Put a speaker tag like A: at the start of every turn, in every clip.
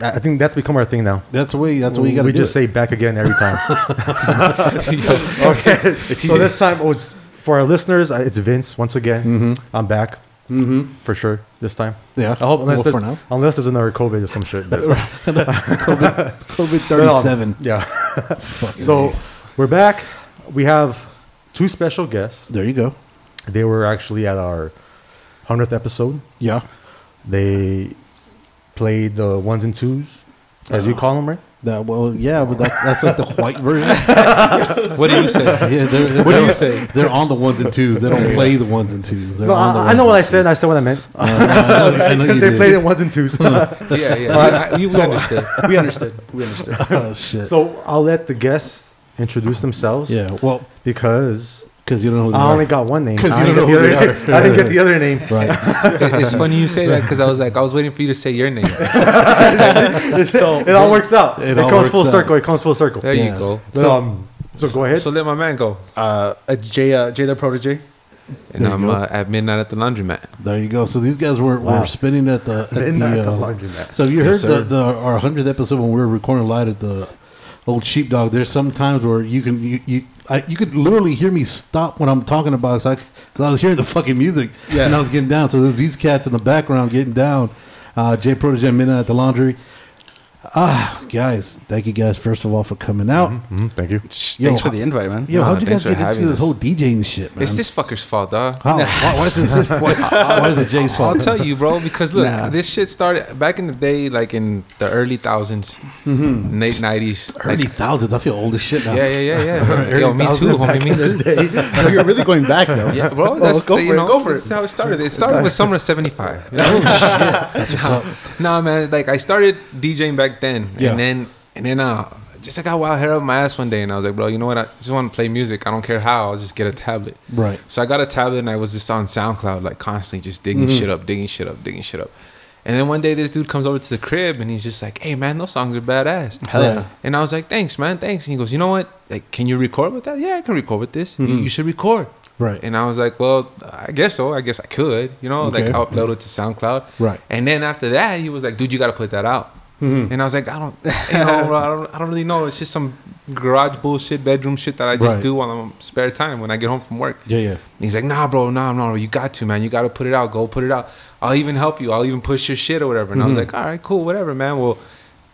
A: I I think that's become our thing now.
B: that's the way. That's what you got to
A: we
B: do.
A: just
B: it.
A: say back again every time. okay. So this time, oh, it's for our listeners. uh, It's Vince once again. I'm back for sure this time.
B: Yeah.
A: I hope unless
B: Well,
A: there's,
B: for now.
A: unless there's another COVID or some shit. but-
B: COVID
A: but, um,
B: thirty-seven.
A: yeah.
B: Fucking
A: so
B: A.
A: we're back. We have two special guests.
B: there you go.
A: They were actually at our hundredth episode.
B: Yeah,
A: They played the ones and twos, as you call them, right?
B: that. Well, yeah, but that's that's like the white version.
C: What do you say?
B: Yeah, they're,
C: What do you
B: they're-
C: say?
B: They're on the ones and twos. They don't play the ones and twos. They're
A: No,
B: on the
A: I, I
B: ones
A: know what I
B: and
A: said.
B: twos.
A: I said what I meant.
B: Uh, I know- I know you
A: they
B: did.
A: played in ones and twos.
C: Yeah, yeah. You, we understood. We understood. We understood.
B: Oh shit.
A: so I'll let the guests introduce themselves.
B: yeah. Well,
A: Because
B: because you don't know who they
A: I
B: are.
A: only got one name.
B: 'Cause
A: I
B: you
A: didn't
B: don't
A: get
B: know
A: the
B: who
A: other-
B: they are.
A: I didn't get the other name.
B: right.
C: It's funny you say that because I was like, I was waiting for you to say your name.
B: So
A: It all works out. It,
B: It all
A: comes
B: works
A: full
B: out.
A: circle. It comes full circle.
C: There
B: Yeah.
C: you go.
A: But,
D: So-
A: um, so go ahead.
C: So let my man go.
D: uh, uh, Jay, uh, Jay the protege.
C: And
B: There you
C: I'm
B: go.
C: uh, at midnight at the laundromat.
B: There you go. So these guys were,
A: Wow.
B: were spinning at the at
A: Midnight at
B: the,
A: the
B: uh,
A: laundromat.
B: So have you
C: Yes,
B: heard the,
C: sir.
B: the our hundredth episode when we were recording live at the old sheepdog? There's some times where you can you you, I, you could literally hear me stop when I'm talking about because I, 'cause I was hearing the fucking music
C: Yeah.
B: and I was getting down. So there's these cats in the background getting down. Uh, Jay Protege and Midnight at the laundry. Ah, guys, thank you guys first of all for coming out.
C: Mm-hmm,
A: Mm, thank you.
B: Yo,
D: Thanks for
B: how-
D: the invite, man.
B: Yo,
C: Nah,
B: how'd you guys
C: thanks
B: get
C: for
B: into
C: having
B: this
C: us.
B: whole DJing shit, man?
C: It's this fucker's fault, dog.
B: How? Why, why is this? Why, why is it Jay's fault?
C: I'll tell you, bro. Because look,
D: Nah.
C: this shit started back in the day, like in the early 1000s late nineties.
B: Early thousands. I feel old as shit now.
C: Mm-hmm. yeah, yeah, yeah, yeah.
B: Early
C: Yo, me too,
B: 1000s back
C: homie. Me
B: in the
C: too.
D: No, you're really going back though.
C: Yeah, bro.
D: Oh,
C: That's
D: go
C: the-
D: for
C: you
D: it.
C: know,
D: Go for
C: this
D: it. Oh,
C: is how it started. It started with summer of '75.
B: That's what's up.
C: Nah, man. Like I started DJing back then,
B: Yeah.
C: and then and then uh, just I got wild hair up my ass one day, and I was like, bro, you know what? I just want to play music. I don't care how. I'll just get a tablet.
B: Right.
C: So I got a tablet, and I was just on SoundCloud, like constantly just digging
D: Mm-hmm.
C: shit up, digging shit up, digging shit up. And then one day this dude comes over to the crib, and he's just like, hey man, those songs are badass.
D: Hell yeah.
B: Right.
C: And I was like, thanks, man, thanks. And he goes, you know what? Like, can you record with that? Yeah, I can record with this. You-
D: Mm-hmm.
C: You should record.
B: Right.
C: And I was like, well, I guess so. I guess I could, you know,
B: Okay.
C: like upload it to SoundCloud.
B: Right. Mm-hmm.
C: And then after that, he was like, dude, you got to put that out. And I was like, I don't, you know, bro, I don't, I don't really know. It's just some garage bullshit, bedroom shit that I just
B: Right.
C: do while I'm spare time when I get home from work.
B: Yeah, yeah.
C: And he's like, nah, bro, nah, nah, you got to, man. You got to put it out. Go put it out. I'll even help you. I'll even push your shit or whatever. And I was
B: Mm-hmm.
C: like, all right, cool, whatever, man. Well,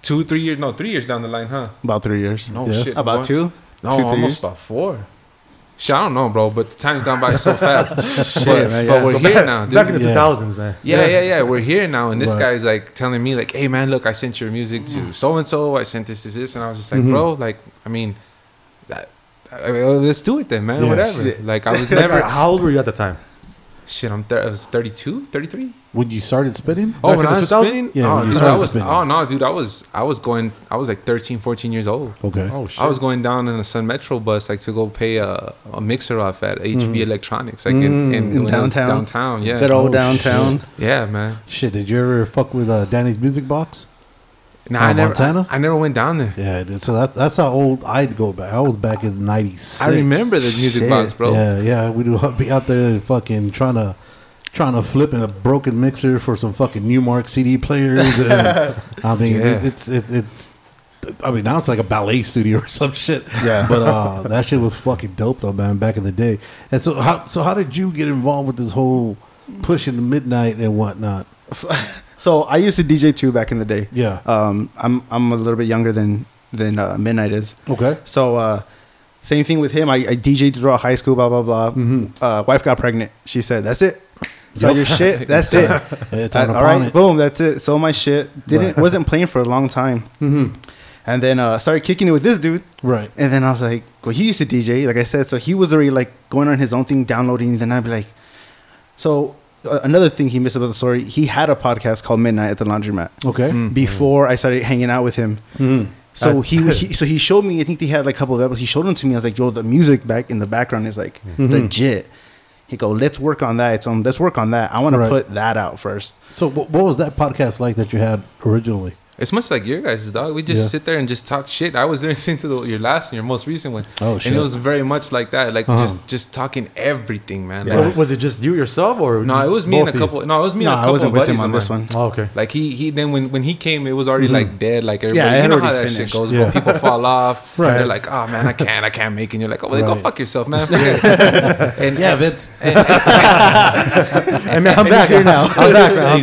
C: two, three years, no, three years down the line, huh?
D: About three years.
C: No
B: Yeah.
C: shit.
D: About
C: boy.
D: two.
C: No,
D: two, three
C: almost
D: years?
C: about four. Shit, I don't know, bro, but the time's gone by so fast.
D: Shit,
C: but,
D: man,
C: but
D: yeah.
C: we're
D: So
C: here
A: back,
C: now, dude.
A: back in the
B: Yeah.
A: 2000s, man.
C: yeah, yeah, yeah, We're here now, and this
B: Right.
C: guy's like telling me, like, "Hey, man, look, I sent your music to so and so. I sent this to this," and I was just like, "Bro, like, I mean, that, I mean, well, let's do it then, man.
B: Yes.
C: Whatever." Like, I was
A: Never.
C: never.
A: How old were you at the time?
C: shit, I'm. Thir- I was 32, 33.
B: When you started spitting?
C: Oh,
A: Back
C: when
A: in
C: I
A: the
C: was
A: 2000s?
C: spinning,
B: Yeah, when
C: oh,
B: you
C: dude, I
B: started
C: was.
B: spinning.
C: Oh no, dude, I was. I was going. I was like 13, 14 years old.
B: Okay.
A: Oh shit.
C: I was going down in a Sun Metro bus like to go pay a, a mixer off at HB Electronics, like in, in,
D: In
C: when I was
D: downtown.
C: Downtown, yeah,
D: Good old
B: Oh,
D: downtown.
C: yeah, man.
B: Shit, did you ever fuck with uh, Danny's music box?
C: Nah,
B: Uh,
C: I never,
B: Montana?
C: I, I never went down there.
B: Yeah, dude. So that's that's how old I'd go back. I was back in '96.
C: I remember the music
D: Shit.
C: box, bro.
B: Yeah, yeah. We do I'd be out there fucking trying to trying to flip in a broken mixer for some fucking Newmark CD players. And, I mean,
C: Yeah.
B: it, it's it, it's. I mean, now it's like a ballet studio or some shit.
D: Yeah.
B: But uh, that shit was fucking dope though, man. Back in the day. And so how so how did you get involved with this whole pushing to midnight and whatnot?
D: So I used to DJ too back in the day.
B: Yeah.
D: Um, I'm I'm a little bit younger than than uh, Midnight is.
B: Okay.
D: So uh, same thing with him. I, I DJ'd throughout high school. Blah blah blah.
B: Mm-hmm.
D: Uh, wife got pregnant. She said, "That's it. Sell your shit. That's it.
B: Yeah, turn
D: Uh, all
B: upon
D: right,
B: it.
D: boom. That's it. Sold my shit. Didn't
B: Right.
D: wasn't playing for a long time. Mm-hmm. And then uh, started kicking it with this dude.
B: Right.
D: And then I was like, well, he used to DJ, like I said, so he was already like going on his own thing, downloading. Then I'd be like, so uh, another thing he missed about the story. He had a podcast called Midnight at the Laundromat
B: Okay.
D: mm. before I started hanging out with him.
B: Mm-hmm. Uh,
D: So he, he so he showed me. I think they had like a couple of episodes. He showed them to me. I was like, "Yo, the music back in the background is like
B: Mm-hmm.
D: legit." He go, "Let's work on that." So um, let's work on that. I want
B: Right.
D: to put that out first.
B: So wh- what was that podcast like that you had originally?
C: It's much like your guys' dog. We just
B: Yeah.
C: sit there and just talk shit. I was listening to the, your last and your most recent one.
B: Oh, shit.
C: And it was very much like that, like
B: Uh-huh.
C: just just talking everything, man.
A: So
C: Like,
A: was it just you yourself or
C: no, it was me and a
A: both of you?
C: couple. No, it was me
D: no,
C: and a
D: I
C: couple.
D: wasn't
C: buddies
D: with him on
C: of
D: this
C: mine.
D: one.
A: Oh, okay.
C: Like he he then when when he came, it was already like dead. Like
D: I
C: everybody,
D: Mm-hmm.
C: you
D: had
C: know how
D: already
C: that
D: finished.
C: shit goes
B: Yeah.
C: when people fall off.
B: Right.
C: They're like, oh man, I can't, I can't make it. And you're like, oh, well, then
B: Right.
C: go fuck yourself, man. Forget it. and
B: Yeah, Vince.
A: Hey, man, I'm back
D: here now.
A: I'm back. man, I'm
B: He's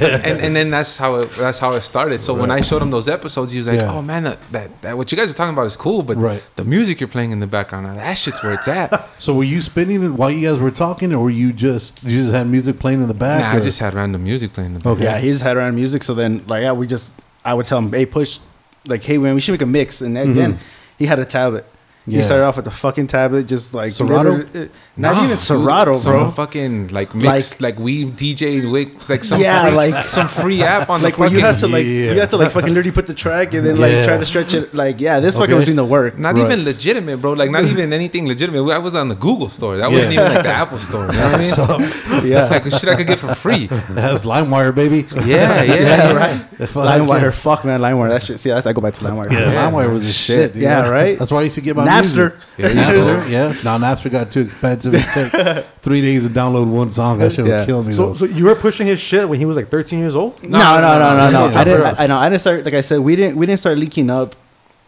A: back.
C: and, and then that's how it that's how it started. So when I showed him those episodes, he was like,
B: Yeah.
C: "Oh man, that, that that what you guys are talking about is cool, but
B: Right.
C: the music you're playing in the background, now, that shit's where it's at." nah,
B: So were you spinning it while you guys were talking, or were you just you just had music playing in the back?
C: I
B: or-
C: just had random music playing in the background.
B: okay.
D: Yeah, he just had around music. So then, like, yeah, we just I would tell him, "Hey, push, like, hey, man, we should make a mix." And then again, he had a tablet.
B: Yeah.
D: He started off with the fucking tablet, just like
B: Serato?
D: literally- not
C: Nah,
D: even
C: dude,
D: Serato,
C: some
D: bro.
C: Fucking like mixed like, we DJ wick like some
D: Yeah,
C: free,
D: like-
C: some free app on
D: like
C: the
D: where
C: fucking
D: you have to like
B: Yeah.
D: you have to like fucking literally put the track and then like
B: Yeah.
D: try to stretch it. Like, yeah, this fucking
B: Okay.
D: was doing the work.
C: not
B: Right.
C: even legitimate, bro. Like not even anything legitimate. I was on the Google store. That
B: Yeah.
C: wasn't even like the Apple store. You know what I mean?
D: yeah,
C: Like shit I could get for free.
B: That's LimeWire, baby.
C: Yeah, yeah,
D: yeah, right.
B: If I can-
D: LimeWire, fuck man, LimeWire. That shit. See, I, I go back to LimeWire.
B: Yeah,
C: Yeah.
B: LimeWire was the
D: Shit.
B: shit. dude.
D: Yeah, right?
B: That's why I used to get my
D: Napster.
B: Music.
C: Yeah,
B: Napster, yeah. Now Napster got too expensive. It took three days to download one song. That shit
D: Yeah.
B: would kill me.
A: So,
B: though.
A: so you were pushing his shit when he was like 13 years old?
D: No, no, no, no, no.
B: no.
D: I didn't. I, I know. I didn't start. Like I said, we didn't. We didn't start leaking up,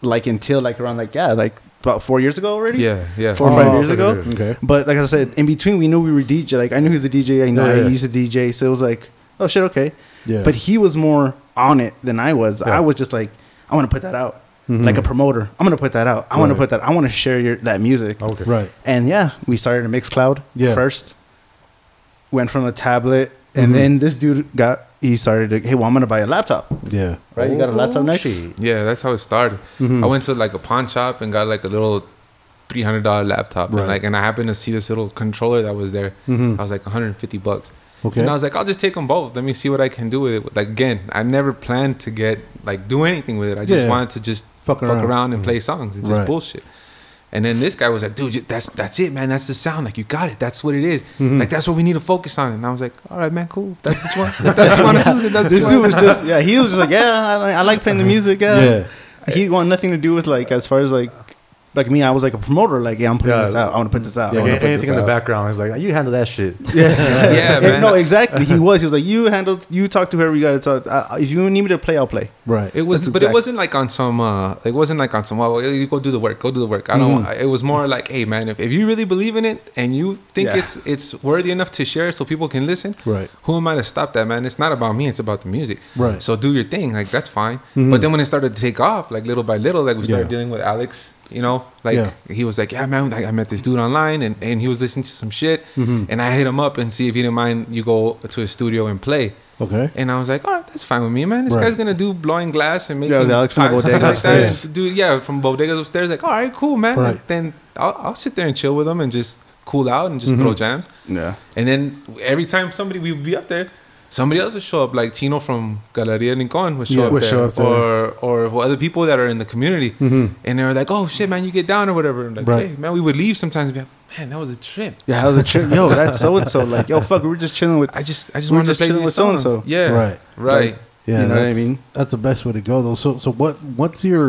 D: like until like around like yeah, like about four years ago already.
C: Yeah, yeah.
D: Four or
A: Oh,
D: five years
A: okay,
D: ago.
A: okay,
B: okay.
D: But like I said, in between, we knew we were DJ. Like I knew he was a DJ. I know
A: Yeah, yeah.
D: he used to DJ. So it was like, oh shit, okay.
B: Yeah.
D: But he was more on it than I was.
A: Yeah.
D: I was just like, I want to put that out. Like a promoter, I'm gonna put that out. I want to
B: Right.
D: put that. I want to share your that music.
A: Okay.
B: right.
D: And yeah, we started a Mixcloud
B: Yeah.
D: first. Went from a tablet, and
B: Mhm.
D: then this dude got he started. To, hey, well, I'm gonna buy a laptop.
B: Yeah.
D: Right, you got a laptop next.
C: Yeah, that's how it started. I went to like a pawn shop and got like a little three hundred dollar laptop,
B: Right.
C: and like, and I happened to see this little controller that was there. I was like one hundred and fifty bucks,
B: Okay.
C: and I was like, I'll just take them both. Let me see what I can do with it. Like again, I never planned to get like do anything with it. I just
B: Yeah.
C: wanted to just
B: Fuck
C: fuck,
B: around.
C: around. and play songs. It's just
B: Right.
C: bullshit. And then this guy was like, dude, you- that's that's it, man. That's the sound. Like you got it. That's what it is. Like that's what we need to focus on. And I was like, all right, man, cool. If that's what you want. If that's what you want to do. then That's
D: This
C: what you
D: dude
C: wanna
D: was just yeah. He was just like yeah. I, like- I like playing the music.
B: Yeah.
D: Yeah. He wanted nothing to do with like as far as like like me. I was like a promoter. Like yeah, I'm putting
A: Yeah.
D: this out. I want to put this out. I
A: Yeah,
D: wanna put
A: anything
D: this
A: in the
D: out."
A: background. He's like, you handle that shit.
D: Yeah,
C: Yeah, man.
D: No, exactly. He was. He was like, you handle. You talk to whoever you got to talk. I- I- If you need me to play, I'll play.
B: Right.
C: It was,
D: That's
C: but
D: exact-
C: it wasn't like on some. uh It wasn't like on some. Well, you go do the work. Go do the work. I
B: Mm-hmm.
C: don't. want It was more like, hey man, if, if you really believe in it and you think
D: Yeah.
C: it's it's worthy enough to share so people can listen,
B: Right.
C: Who am I to stop that, man? It's not about me. It's about the music.
B: Right. Mm-hmm.
C: So do your thing. Like that's fine. But then when it started to take off, like little by little, like we started
B: Yeah.
C: dealing with Alex. You know, like
B: Yeah.
C: he was like, yeah, man. Like I met this dude online, and, and he was listening to some shit,
B: Mm-hmm.
C: and I hit him up and see if he didn't mind you go to his studio and play.
B: Okay.
C: And I was like, all right, that's fine with me, man. This
B: Right.
C: guy's gonna do blowing glass and making
D: Yeah, it was Alex from
C: fires and
D: Bodega
C: shit like that.
B: upstairs.
C: Dude, yeah, from bodegas upstairs. Like, all right, cool, man.
B: Right.
C: Like, then I'll, I'll sit there and chill with him and just cool out and just throw jams.
D: Yeah.
C: And then every time somebody we would be up there, somebody else would show up. Like Tino from Galeria Rincon would show,
B: Yeah,
C: up,
B: would
C: there,
B: show up there.
C: or or for other people that are in the community, and they were like, oh shit, man, you get down or whatever. And like,
B: Right.
C: hey, man, we would leave sometimes. And be like, man, that was a trip.
D: Yeah, that was a trip. Yo, that's so and so. Like, yo, fuck, we were just chilling with.
C: I just I just
D: We were
C: wanted
D: just
C: to play
D: chilling
C: these
D: with
C: songs.
D: so-and-so.
C: Yeah.
B: Right.
C: Right.
B: Yeah,
D: You know what I
B: that's-
D: mean?
B: That's the best way to go though. So so what what's your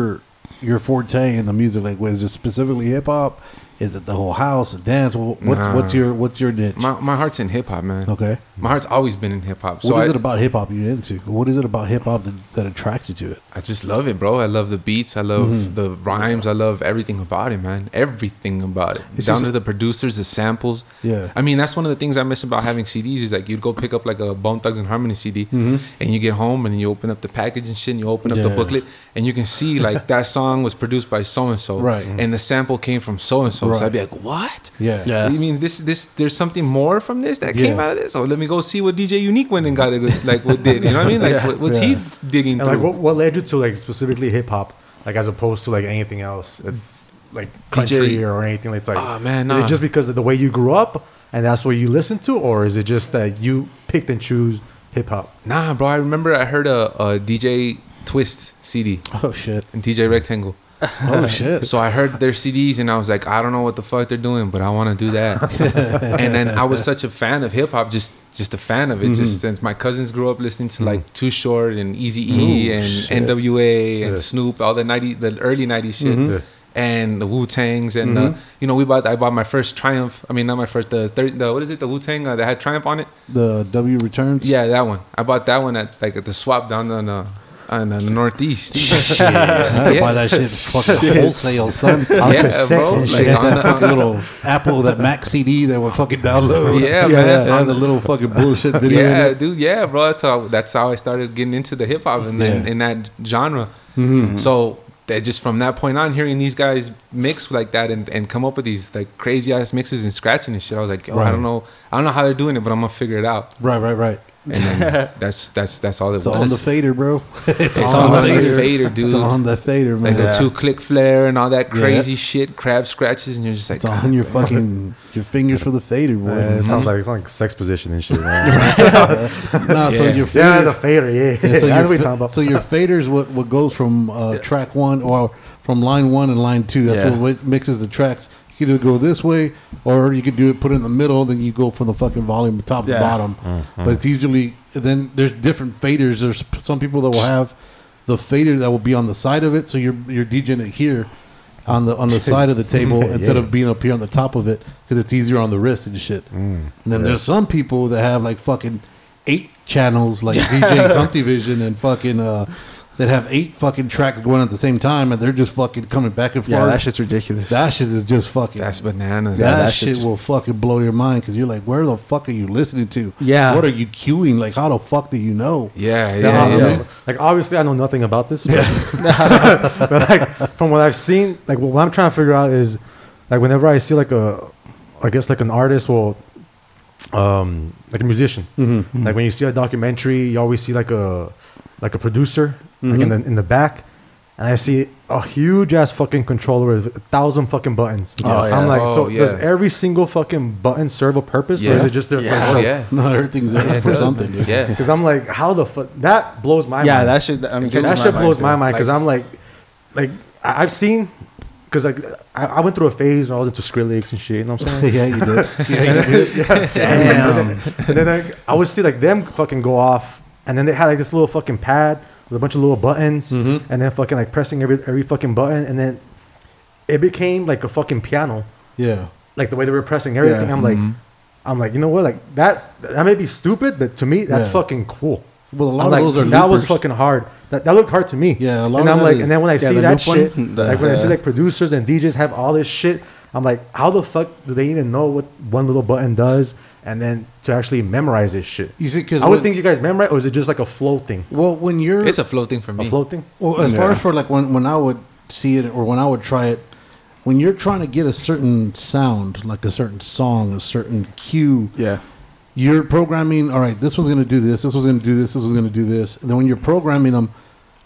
B: your forte in the music like? Is it specifically hip hop? Is it the whole house and dance? Wh- What's
C: Nah.
B: what's your what's your niche?
C: My, my heart's in hip hop, man.
B: okay.
C: My heart's always been in hip hop.
B: What is
C: So I,
B: it about hip hop you into? What is it about hip hop that, that attracts you to it?
C: I just love it, bro. I love the beats. I love
B: Mm-hmm.
C: the rhymes. I love everything about it, man. Everything about it.
B: It's
C: Down
B: just-
C: to the producers, the samples.
B: Yeah.
C: I mean, that's one of the things I miss about having CDs is like you'd go pick up like a Bone Thugs and Harmony CD and you get home and you open up the package and shit and you open up the
B: Mm-hmm. Yeah.
C: booklet and you can see like that song was produced by so and so.
B: Right.
C: And the sample came from so and so. So I'd be like, what?
B: Yeah.
D: Yeah.
C: You mean this? This there's something more from this that came
B: Yeah.
C: out of this. Oh, let me go see what DJ Unique went and got it. with- Like what did you know what I mean? Like what, what's he digging
A: And
C: through?
A: like, what, what led you to like specifically hip hop, like as opposed to like anything else? It's like
C: DJ
A: country or anything. It's like,
C: Ah, man,
A: is
C: nah.
A: it just because of the way you grew up, and that's what you listen to, or is it just that you picked and choose hip hop?
C: Nah, bro. I remember I heard a, a DJ Twist CD
B: Oh shit!
C: and DJ Rectangle.
B: Oh shit!
C: So I heard their CDs and I was like, I don't know what the fuck they're doing, but I want to do that. and then I was such a fan of hip hop, just just a fan of it. Just since my cousins grew up listening to like Too Short and Easy E and N.W.A. and
A: Yeah.
C: Snoop, all the ninety, the early '90s shit.
A: Yeah.
C: And the Wu Tangs and uh, you know we bought I bought my first Triumph. I mean not my first the third the what is it the Wu Tang uh, that had Triumph on it.
B: The W returns.
C: Yeah, that one. I bought that one at like at the swap down on uh, on uh, the northeast.
B: Shit. I had to buy that shit fucking wholesale, son. I
C: yeah,
A: cassette
C: bro.
A: and
C: Like,
B: had
C: on
B: that
C: the- on-
B: fucking little Apple, that Mac CD that would fucking download.
C: Yeah,
B: on
C: man.
B: the little fucking bullshit video. in
C: yeah,
B: it.
C: dude. Yeah, bro. That's how that's how I started getting into the hip hop and then
B: Yeah. Mm-hmm.
C: in that genre. So that just from that point on, hearing these guys mix like that and, and come up with these like crazy ass mixes and scratching and shit, I was like, yo, I
B: Right.
C: don't know, I don't know how they're doing it, but I'm gonna figure it out.
B: Right, right, right.
C: And then that's that's that's all it
B: It's
C: was.
B: on the fader, bro.
C: it's on, the fader, dude.
B: It's on the fader, man.
C: like the two click flare and all that
B: Yeah.
C: crazy shit, crab scratches, and you're just like,
B: It's
C: "God
B: on your fucking your fingers for the fader, boy.
A: Yeah, it sounds like it's like sex position and shit. man.
B: nah, so
C: Yeah.
B: your fader,
A: yeah, the fader. Yeah,
B: yeah, so,
A: That's what we
B: your,
A: talking
B: fa-
A: about.
B: so your fader's what what goes from uh, track one or from line one and line two. That's
D: Yeah.
B: what what mixes the tracks. You could either go this way, or you could do it put it in the middle. Then you go from the fucking volume top to
D: Yeah.
B: bottom.
A: Uh-huh.
B: But it's usually then there's different faders. There's p- some people that will have the fader that will be on the side of it, so you're you're DJing it here on the on the side of the table
A: Yeah.
B: instead of being up here on the top of it because it's easier on the wrist and shit. and then there's some people that have like fucking eight channels like DJ Comptivision and fucking uh that have eight fucking tracks going at the same time and they're just fucking coming back and forth.
D: Yeah, that shit's ridiculous.
B: That shit is just fucking
C: that's bananas."
B: that,
D: Yeah, that
B: shit
D: shit just-
B: will fucking blow your mind because you're like, where the fuck are you listening to?
D: Yeah.
B: What are you queuing? Like, how the fuck do you know?
C: Yeah,
A: Yeah, I
C: yeah,
A: don't
C: yeah.
A: know. Like obviously, I know nothing about this. But, but, like from what I've seen, like what I'm trying to figure out is, like whenever I see like a, I guess like an artist or, um, like a musician.
C: Mm-hmm.
A: Like when you see a documentary, you always see like a, like a producer like
C: Mm-hmm.
A: in the in the back, and I see a huge ass fucking controller with a thousand fucking buttons.
C: Oh, yeah.
A: I'm like,
C: Oh,
A: so does
C: yeah.
A: every single fucking button serve a purpose, or is
C: Yeah.
A: it just there
C: Oh,
A: for show?
C: yeah.
B: No, everything's there
C: Yeah,
B: for
C: dude.
B: something, dude.
C: Yeah.
A: Because I'm like, how the fuck? That blows my
D: yeah,
A: mind.
D: that shit. I mean,
A: Dude, that
D: goes
A: shit blows
D: too.
A: my mind because
C: Like-
A: I'm like, like I- I've seen, because like I, I went through a phase when I was into Skrillex and shit. You know what I'm saying?
B: yeah, you did.
D: Damn.
A: and then like, I would see like them fucking go off, and then they had like this little fucking pad with a bunch of little buttons, and then fucking like pressing every every fucking button, and then it became like a fucking piano,
B: Yeah.
A: like the way they were pressing everything.
B: Yeah.
A: I'm like. I'm like, you know what? Like that. That may be stupid, but to me, that's
B: Yeah.
A: fucking cool.
B: Well, a lot
A: I'm
B: of
A: like,
B: those are
A: that was
B: loopers.
A: fucking hard. That, that looked hard to me.
B: Yeah, a lot
A: And
B: of
A: I'm
B: that
A: like,
B: is-
A: and then when I
D: Yeah,
A: see
D: the
A: that
D: loop one,
A: shit,
D: the-
A: like when I see
D: yeah.
A: like producers and DJs have all this shit, I'm like, how the fuck do they even know what one little button does, and then to actually memorize this shit?
B: You see, because
A: I would think you guys memorize, or is it just like a flow thing?
B: well, when you're
C: It's a flow thing for me.
A: A flow thing?
B: Well, as far
D: Yeah.
B: as for like when when I would see it or when I would try it, when you're trying to get a certain sound, like a certain song, a certain cue,
D: Yeah.
B: you're programming. All right, this one's going to do this. This one's going to do this. This one's going to do this. And then when you're programming them,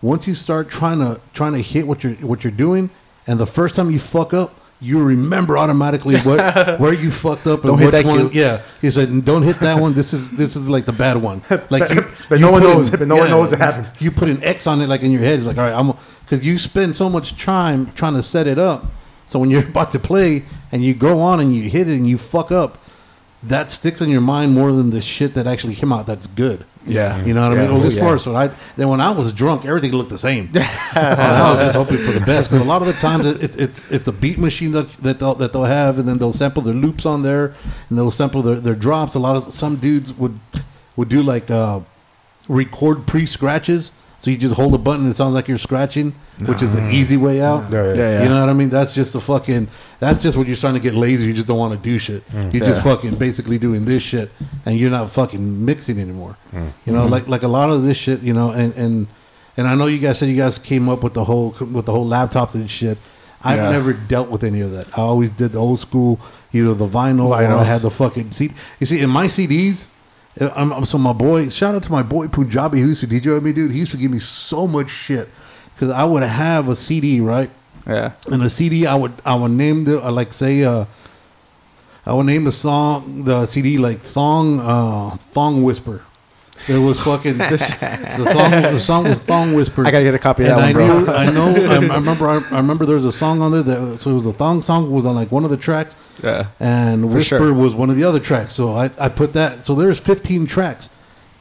B: once you start trying to trying to hit what you're what you're doing, and the first time you fuck up. You remember automatically what where you fucked up and
D: Don't hit
B: which
D: that
B: one.
D: cue.
B: Yeah, he said, "Don't hit that one. This is this is like the bad one." Like, you,
A: But
B: you
A: no one
B: put
A: knows- but no one knows it happened.
B: you put an X on it like in your head. It's like, all right, I'm because you spend so much time trying to set it up. So when you're about to play and you go on and you hit it and you fuck up, that sticks in your mind more than the shit that actually came out that's good.
D: Yeah.
B: You know what I
D: Yeah.
B: mean? Well,
D: Oh,
B: as
D: yeah.
B: far as what I then when I was drunk, everything looked the same. And I was just hoping for the best because a lot of the times it, it's it's it's a beat machine that that they'll, that they'll have, and then they'll sample their loops on there, and they'll sample their, their drops. A lot of some dudes would would do like uh, record pre scratches, so you just hold a button and it sounds like you're scratching, which is the easy way out.
A: Yeah,
D: yeah.
B: You know what I mean? That's just a fucking. That's just when you're starting to get lazy. You just don't want to do shit. You're just
D: Mm. Yeah.
B: fucking basically doing this shit, and you're not fucking mixing anymore.
D: Mm.
B: You
D: Mm-hmm.
B: know, like like a lot of this shit. You know, and and and I know you guys said you guys came up with the whole with the whole laptops and shit. I've
D: Yeah.
B: never dealt with any of that. I always did the old school, either the vinyl or I
D: Vinyls.
B: had the fucking CD. You see, in my CDs, uh, I'm, I'm- so my boy, shout out to my boy Punjabi who used to DJ with me, dude. He used to give me so much shit because I would have a CD, right?
D: Yeah.
B: and a CD I would I would name the uh, like say uh I would name the song, the CD, like Thong, uh, Thong Whisper. It was fucking the thong. The song was Thong Whisper.
D: I gotta get a copy of
B: and
D: that
B: I
D: one, bro.
B: knew, I know. I, I remember. I, I remember there was a song on there that so it was a thong song was on like one of the tracks.
C: Yeah.
B: And Whisper
D: sure.
B: was one of the other tracks. So I, I put that. So there's 15 tracks.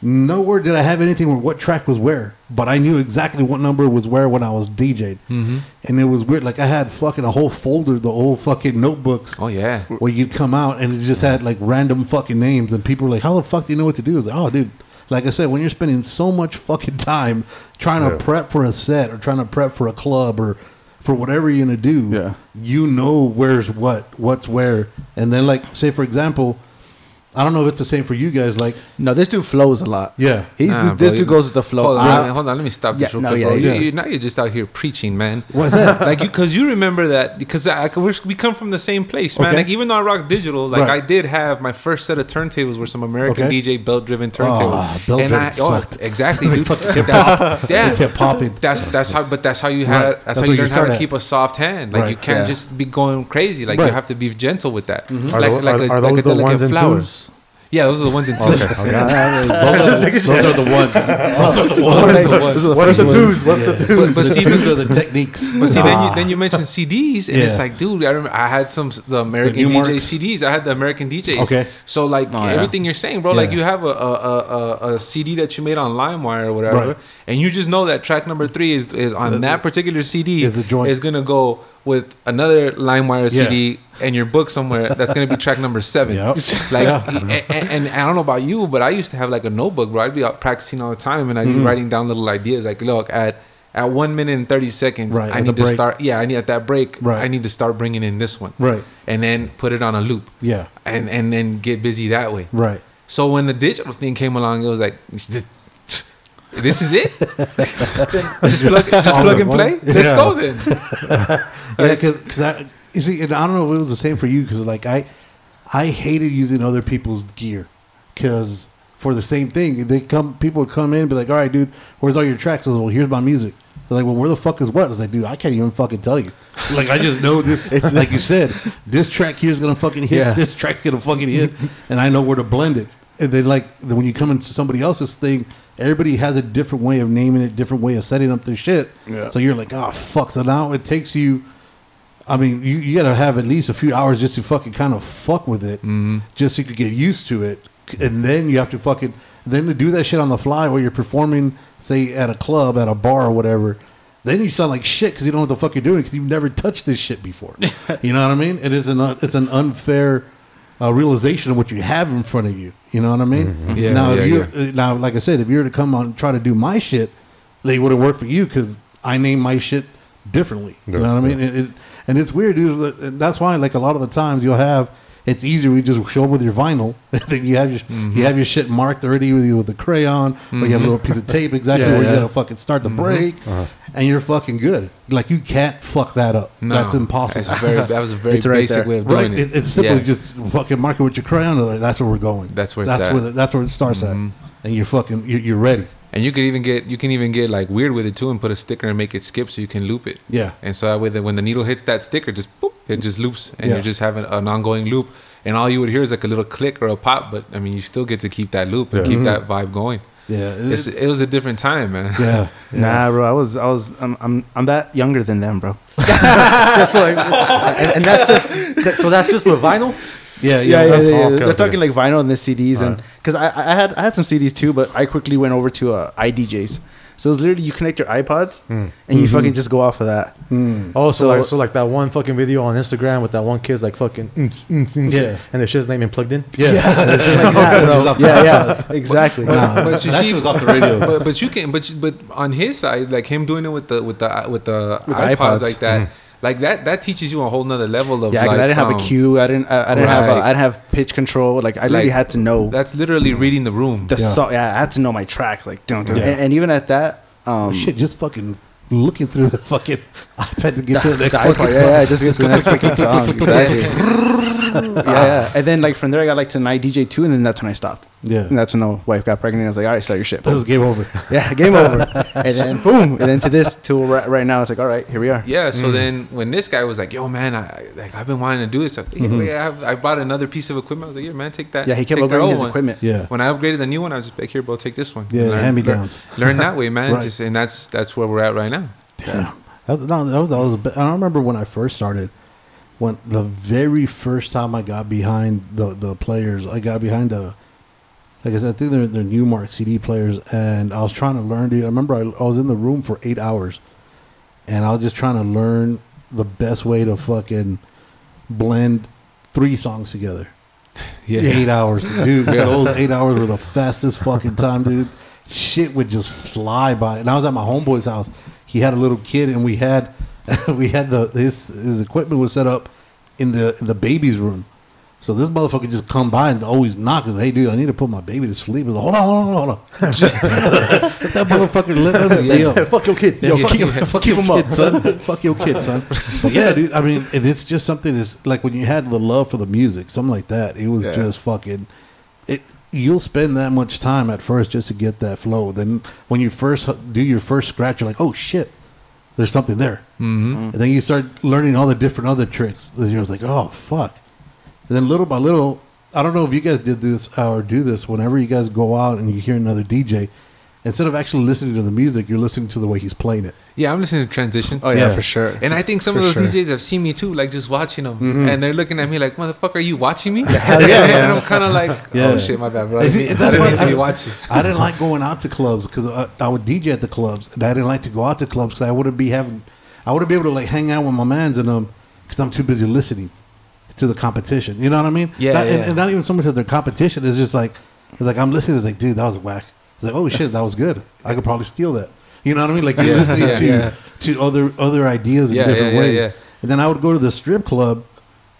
B: Nowhere did I have anything where what track was where, but I knew exactly what number was where when I was DJ'd. Mm-hmm. And it was weird. Like I had fucking a whole folder, the whole fucking notebooks
C: Oh yeah.
B: where you'd come out and it just had like random fucking names and people were like, How the fuck do you know what to do? It's like, oh dude, like I said, when you're spending so much fucking time trying to
A: Yeah.
B: prep for a set or trying to prep for a club or for whatever you're gonna do,
D: Yeah.
B: you know where's what, what's where. And then like say for example, I don't know if it's the same for you guys, like
D: No, this dude flows a lot.
B: Yeah.
D: he's
C: Nah, bro,
D: this
C: you-
D: dude goes with the flow.
C: Ah, Hold on,
D: I-
B: Ah.
C: hold on, let me stop this
D: Yeah,
C: real
D: no,
C: quick,
D: yeah,
C: bro. You-
D: yeah.
C: you- now you're just out here preaching, man.
B: what's that?
C: like you because you remember that because I, I- we're, we come from the same place man
B: Okay.
C: like even though i rock digital like
B: Right.
C: i did have my first set of turntables were some american
B: Okay.
C: dj belt driven turntables oh,
B: Ah, belt-driven sucked.
C: exactly dude
B: kept
C: that's, yeah,
B: They kept popping.
C: that's that's how but that's how you had
B: Right.
C: that's,
B: That's
C: how
B: what
C: you
B: you
C: learn how
B: start
C: to
B: at.
C: keep a soft hand like
B: Right.
C: you can't
D: Yeah.
C: just be going crazy like you
B: Right. Mm-hmm.
C: have to be gentle with that
A: Are,
C: like,
A: tho-
C: like
A: are-
C: a,
A: are
C: like
A: those
C: a
A: the
C: delicate
A: ones and
C: flower
A: twos?
C: yeah those are the ones and twos
B: those, are, those are the ones. Those are the
C: Those
B: ones.
C: are the ones.
A: What's the
B: first
A: twos? What's the twos?
C: but, but see
B: These are the techniques.
C: But see, then you then you mentioned CDs, and it's
B: Yeah.
C: like, dude, I remember I had some s- the American
B: new
C: DJ
B: marks?
C: CDs. I had the American DJs.
B: Okay.
C: So like everything you're saying, bro, like
B: Yeah.
C: you have a a, a a a CD that you made on LimeWire or whatever,
B: Right.
C: and you just know that track number three is is on that particular CD
B: is the joint.
C: is gonna go with another LimeWire
B: Yeah.
C: CD and your book somewhere that's gonna be track number seven.
B: Yep.
C: Like,
B: Yeah.
C: a- a- and, I don't know about you, but I used to have like a notebook, bro. I'd be out practicing all the time, and I'd
B: Mm.
C: be writing down little ideas. Like, look at at one minute and thirty seconds,
B: Right,
C: I
B: at
C: need
B: the
C: to
B: break.
C: start. Yeah, I need at that break.
B: Right.
C: I need to start bringing in this one.
B: Right.
C: and then put it on a loop.
B: Yeah.
C: and and then get busy that way.
B: Right.
C: So when the digital thing came along, it was like. This is it. just plug, just plug and play. Let's
B: Yeah.
C: go then.
B: yeah, because I you see, and I don't know if it was the same for you because like I, I hated using other people's gear because for the same thing they come people would come in and be like, all right, dude, where's all your tracks? I was well, here's my music. They're like, well, where the fuck is what? I was like, dude, I can't even fucking tell you. Like, I just know this. It's like you said, this track here is gonna fucking hit.
C: Yeah.
B: This track's gonna fucking hit, and I know where to blend it. And then like then when you come into somebody else's thing, everybody has a different way of naming it, different way of setting up their shit.
D: Yeah.
B: So you're like, oh fuck. So now it takes you. I mean, you, you gotta have at least a few hours just to fucking kind of fuck with it,
C: Mm-hmm.
B: just so you could get used to it, and then you have to fucking then to do that shit on the fly while you're performing, say at a club, at a bar, or whatever. Then you sound like shit because you don't know what the fuck you're doing because you've never touched this shit before. you know what I mean? It is an it's an unfair uh, realization of what you have in front of you. You know what I mean?
C: Yeah,
B: Now,
C: yeah,
B: if you're, uh, now, like I said, if you were to come on and try to do my shit, they would have worked for you because I name my shit differently. You know what I mean? It, it, and it's weird, dude. And That's why, like a lot of the times, you'll have it's easier. We just show up with your vinyl. then you have your
C: Mm-hmm.
B: you have your shit marked already with you with a crayon, or you have a little piece of tape exactly
C: Mm-hmm. Yeah,
B: where
C: yeah. Mm-hmm. Uh-huh.
B: you gotta fucking start the break, and you're fucking good. Like you can't fuck that up.
C: No,
B: That's impossible.
C: That's a very, that was a very
D: It's right
C: basic
D: there.
C: way of doing
B: Right,
C: it.
B: it, it's simply
C: Yeah.
B: just fucking mark it with your crayon. Or that's where we're going.
C: That's where it's
B: that's
C: at. Mm-hmm.
B: where the, that's where it starts at, and you're fucking you're, you're ready.
C: And you could even get you can even get like weird with it too, and put a sticker and make it skip so you can loop it.
B: Yeah.
C: And so that way, that when the needle hits that sticker, just boop, it just loops, and
B: Yeah.
C: you're just having an ongoing loop. And all you would hear is like a little click or a pop, but I mean, you still get to keep that loop and
A: Yeah.
C: keep that vibe going.
B: Yeah, Mm-hmm. it-
C: It's, it was a different time, man.
B: yeah,
D: Nah, bro. I was, I was, I'm, I'm, I'm that younger than them, bro.
A: That's like, and, and that's just that, so that's just with vinyl.
B: yeah, yeah.
D: yeah, yeah,
A: that's
D: yeah,
A: all
D: yeah. They're
A: good.
D: talking like vinyl and the CDs, and
A: Alright.
D: because I, I had I had some CDs too, but I quickly went over to uh, iDJs. So it's literally you connect your iPods and you fucking just go off of that.
B: Mm.
A: Oh, so,
D: So-
A: like so like that one fucking video on Instagram with that one kid's like fucking mm, mm, mm,
B: Yeah.
A: and the shit's name and plugged in.
B: yeah.
D: Like that, bro. yeah, yeah, exactly.
B: Nah,
C: But you
B: that
C: see,
B: shit was off the radio.
C: But, but you can, but you, but on his side, like him doing it with the with the with the
D: With the
C: iPods,
D: iPods.
C: like that,
B: Mm-hmm.
C: like that that teaches you a whole nother level of
D: Yeah, 'cause
C: like
D: I didn't have
C: um,
D: a cue. I didn't. I, I didn't have. A,
C: Right.
D: I didn't have pitch control. Like I literally
C: Like,
D: had to know
C: um, That's
B: Mm.
C: literally reading the room.
D: the song. Yeah, I had to know my track. Like, dun, dun,
B: Yeah.
D: and, and even at that, um,
B: Oh, Shit, just fucking looking through the fucking iPad to get to the
D: the
B: next
D: iPod,
B: fucking
D: yeah,
B: song.
D: yeah, it just gets to the next fucking song. Exactly. yeah, yeah. And then like from there, I got like to night DJ two, and then that's when I stopped.
B: Yeah.
D: And that's when the wife got pregnant. I was like, all right, sell your shit.
B: That was game over.
D: yeah, game over. And then boom, and then to this to right, right now, it's like all right, here we are.
C: Yeah. So then when this guy was like, "Yo, man, I like I've been wanting to do this," I, think, "Yeah, I, have, I bought another piece of equipment. I was like, "Yeah, man, take that."
D: Yeah, he kept
C: take that
D: upgrading
C: old
D: his
C: one."
D: equipment.
B: Yeah.
C: When I upgraded the new one, I was just like, "Here, bro, take this one."
B: Yeah,
C: And
B: hand-me-downs.
C: Learn, learn that way, man.
B: Right.
C: Just and that's that's where we're at right now.
B: Yeah. That, was- no, that was, that was, a bit- I remember when I first started, when the very first time I got behind the, the players, I got behind a, like I said, I think they're, they're Newmark CD players, and I was trying to learn, dude. I remember I, I was in the room for eight hours, and I was just trying to learn the best way to fucking blend three songs together.
C: Yeah.
B: Eight hours, dude.
C: Yeah.
B: Those eight hours were the fastest fucking time, dude. Shit would just fly by. And I was at my homeboy's house. He had a little kid, and we had we had the his his equipment was set up in the in the baby's room. So this motherfucker just come by and always knock. and say, hey, dude, I need to put my baby to sleep. He's like, hold on, hold on, hold on. Let that motherfucker let him stay up.
A: Fuck your kid.
B: Yo,
C: Yeah,
B: fuck,
C: keep-
B: your, fuck
C: keep
B: your
C: 'em
B: kid, son. fuck your kid, son. But yeah, dude. I mean, and it's just something that's like when you had the love for the music, something like that. It was
D: Yeah.
B: just fucking. It you'll spend that much time at first just to get that flow. Then when you first h- do your first scratch, you're like, oh shit, there's something there. Mm-hmm. And then you start learning all the different other tricks. Then you're just like, oh fuck. And then little by little, I don't know if you guys did this or do this. Whenever you guys go out and you hear another DJ. Instead of actually listening to the music, you're listening to the way he's playing it.
C: Yeah, I'm listening to Transition.
D: Oh yeah,
B: Yeah.
D: for sure.
C: And I think some of
D: For
C: those
D: sure.
C: DJs have seen me too, like just watching them, and they're looking at me like, "Motherfucker, are you watching me?"
B: yeah,
C: and I'm kind of like,
B: Yeah.
C: "Oh shit, my bad, bro." I
B: Is it-
C: didn't
B: that's
C: I didn't
B: why
C: mean to
B: I-
C: be watching.
B: I didn't like going out to clubs because I, I would DJ at the clubs, and I didn't like to go out to clubs because I wouldn't be having, I wouldn't be able to like hang out with my man's and um because I'm too busy listening to the competition. You know what I mean?
C: Yeah,
B: Not- And,
C: yeah.
B: and not even so much as their competition. It's just like, it's like I'm listening. It's like, dude, that was whack. It's like, oh shit, that was good. I could probably steal that. You know what I mean? Like you're
C: Yeah,
B: listening
C: yeah,
B: to
C: yeah.
B: to other other ideas in
C: Yeah,
B: different
C: yeah, yeah,
B: ways.
C: yeah.
B: And then I would go to the strip club,